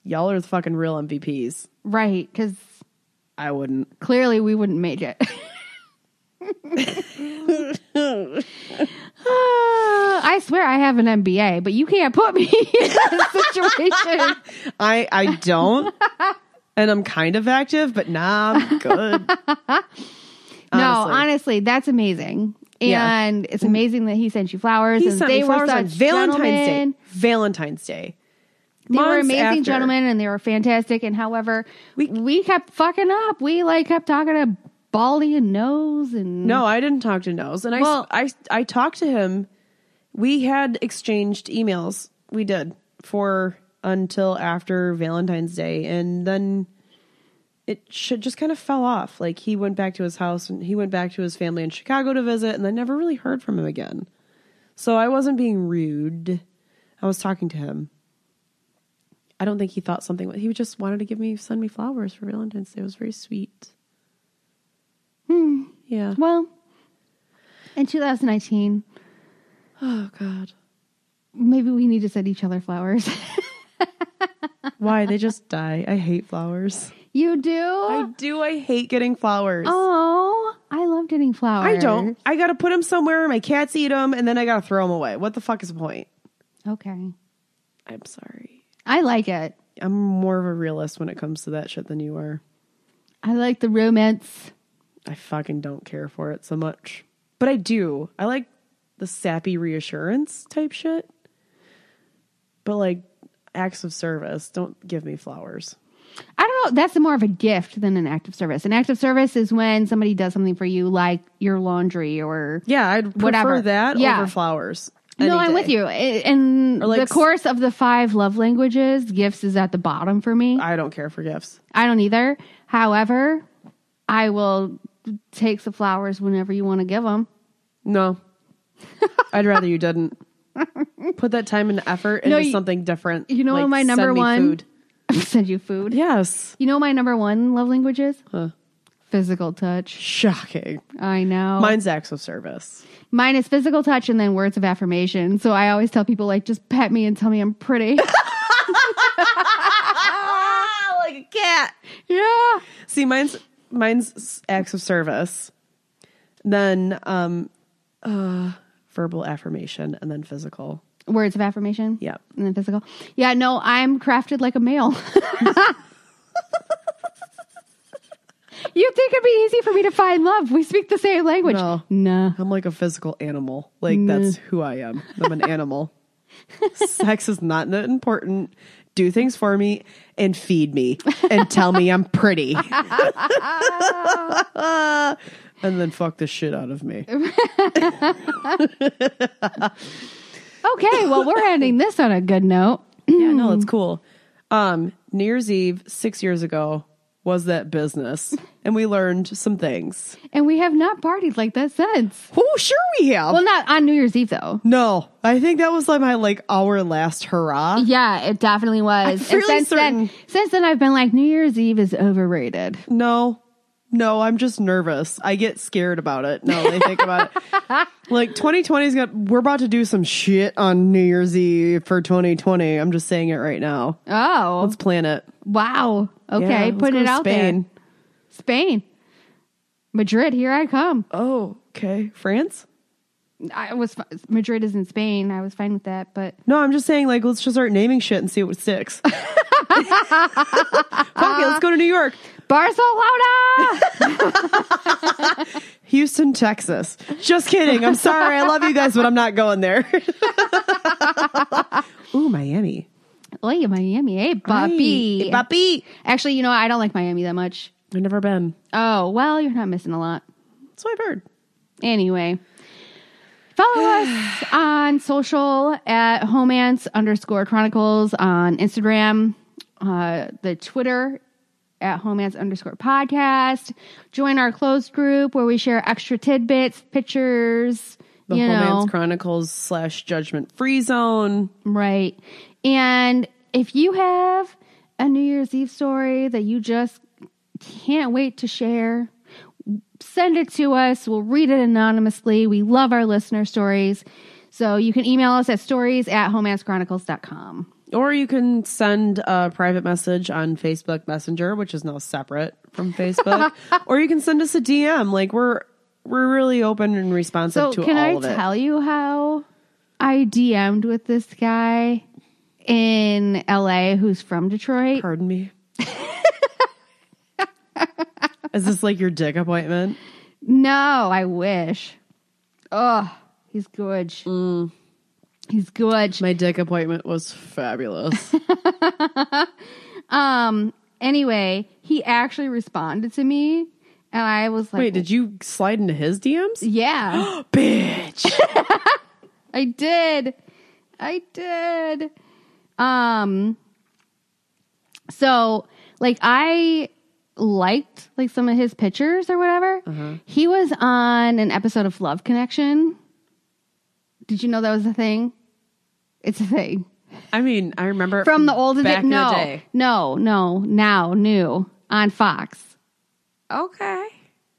y'all are the fucking real MVPs. Right. Because I wouldn't. clearly we wouldn't make it. Ah, I swear I have an MBA, but you can't put me in this situation. I I don't. and I'm kind of active, but nah, I'm good. No, Honestly. honestly, that's amazing. Yeah. And it's amazing that he sent you flowers. He and sent they me flowers were on such Valentine's gentlemen. Day. Valentine's Day. They were Months amazing after. gentlemen and they were fantastic. And however, we, We- we kept fucking up. We like kept talking to Baldy and Nose and No, I didn't talk to Nose, and I s- Well- I I talked to him. We had exchanged emails. We did for until after Valentine's Day, and then it should just kind of fell off. Like he went back to his house, and he went back to his family in Chicago to visit, and I never really heard from him again. So I wasn't being rude. I was talking to him. I don't think he thought something. He just wanted to give me send me flowers for Valentine's Day. It was very sweet. Hmm. Yeah. Well, in 2019, Oh God! maybe we need to send each other flowers. Why they just die? I hate flowers. you do? I do. I hate getting flowers. oh, I love getting flowers. I don't. I gotta put them somewhere. My cats eat them, and then I gotta throw them away. What the fuck is the point? Okay. I'm sorry. I like it. I'm more of a realist when it comes to that shit than you are. I like the romance. I fucking don't care for it so much, but I do. I like the sappy reassurance type shit. But like acts of service, don't give me flowers. I don't know. That's more of a gift than an act of service. An act of service is when somebody does something for you, like your laundry or. Yeah, I'd prefer Whatever. that Yeah. over flowers. no, any I'm day. with you. I- In Or like the s- course of the five love languages, gifts is at the bottom for me. I don't care for gifts. I don't either. However, I will take the flowers whenever you want to give them. No. I'd rather you didn't. Put that time and effort into No, you- something different. You know Like, what my number send me one? food. send you food. Yes. You know what my number one love language is? Huh. Physical touch. Shocking. I know. Mine's acts of service. Mine is physical touch and then words of affirmation. So I always tell people like just pet me and tell me I'm pretty. Ah, like a cat. yeah. See, mine's mine's s- acts of service. Then um uh verbal affirmation and then physical. Words of affirmation. Yep. And then physical. Yeah, no, I'm crafted like a male. you think it'd be easy for me to find love. We speak the same language. No. Nah. I'm like a physical animal. Like that's who I am. I'm an animal. Sex is not that important. Do things for me and feed me and tell me I'm pretty. and then fuck the shit out of me. Okay, well we're ending this on a good note. yeah, no, it's cool. Um, New Year's Eve 6 years ago was that business and we learned some things. And we have not partied like that since. Oh, sure we have. Well, not on New Year's Eve though. no, I think that was like my like our last hurrah. Yeah, it definitely was. I'm fairly And since then, since then, I've been like, New Year's Eve is overrated. No, no, I'm just nervous. I get scared about it. No, they think about it. Like 2020 is gonna. We're about to do some shit on New Year's Eve for 2020. I'm just saying it right now. Oh, Let's plan it. wow. Yeah, Okay, let's put go it to out Spain. there. Spain, Madrid, here I come. Oh, okay. France? I was fi- Madrid is in Spain. I was fine with that, but No, I'm just saying. Like, let's just start naming shit and see what sticks. Fuck it. Let's go to New York, Barcelona. Houston, Texas. Just kidding. I'm sorry. I love you guys, but I'm not going there. Ooh, Miami. oh yeah, Miami, hey, Bobby. Hey, Papi. Actually, you know what? I don't like Miami that much. I've never been. Oh well, you're not missing a lot. So I've heard. Anyway, follow us on social at Homance underscore Chronicles on Instagram, uh, the Twitter at Homance underscore Podcast. Join our closed group where we share extra tidbits, pictures, The you know, Homance Chronicles slash Judgment Free Zone. right? And if you have a New Year's Eve story that you just can't wait to share, send it to us. We'll read it anonymously. We love our listener stories. So you can email us at stories at homancechronicles.com. Or you can send a private message on Facebook Messenger, which is now separate from Facebook. or you can send us a DM. Like we're we're really open and responsive So to can all I of it. tell you how I DM'd with this guy in LA who's from Detroit? Pardon me. is this like your dick appointment? No, I wish. Oh, he's good. Mm. He's good. My dick appointment was fabulous. Um. Anyway, he actually responded to me, and I was like, Wait, did you slide into his DMs? "Yeah, Bitch. I did. I did. Um so like I liked like some of his pictures or whatever. Uh-huh. He was on an episode of Love Connection. Did you know that was a thing? It's a thing. I mean, I remember it From the old back in no, the day. No, no, now, new on Fox. Okay.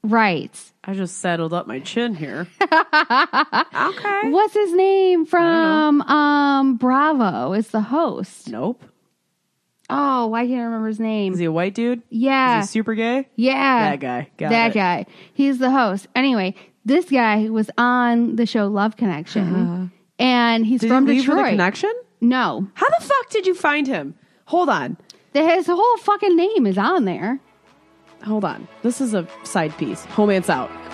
Right. I just saddled up my chin here. okay. What's his name from um Bravo is the host. Nope. Oh, why can't I remember his name? Is he a white dude? Yeah. Is he super gay? yeah. That guy. Got that it. guy. He's the host. Anyway, this guy was on the show Love Connection. And he's Uh-huh. Did from you leave with a Detroit. connection? no. How the fuck did you find him? Hold on. The- His whole fucking name is on there. Hold on. This is a side piece. Homance out.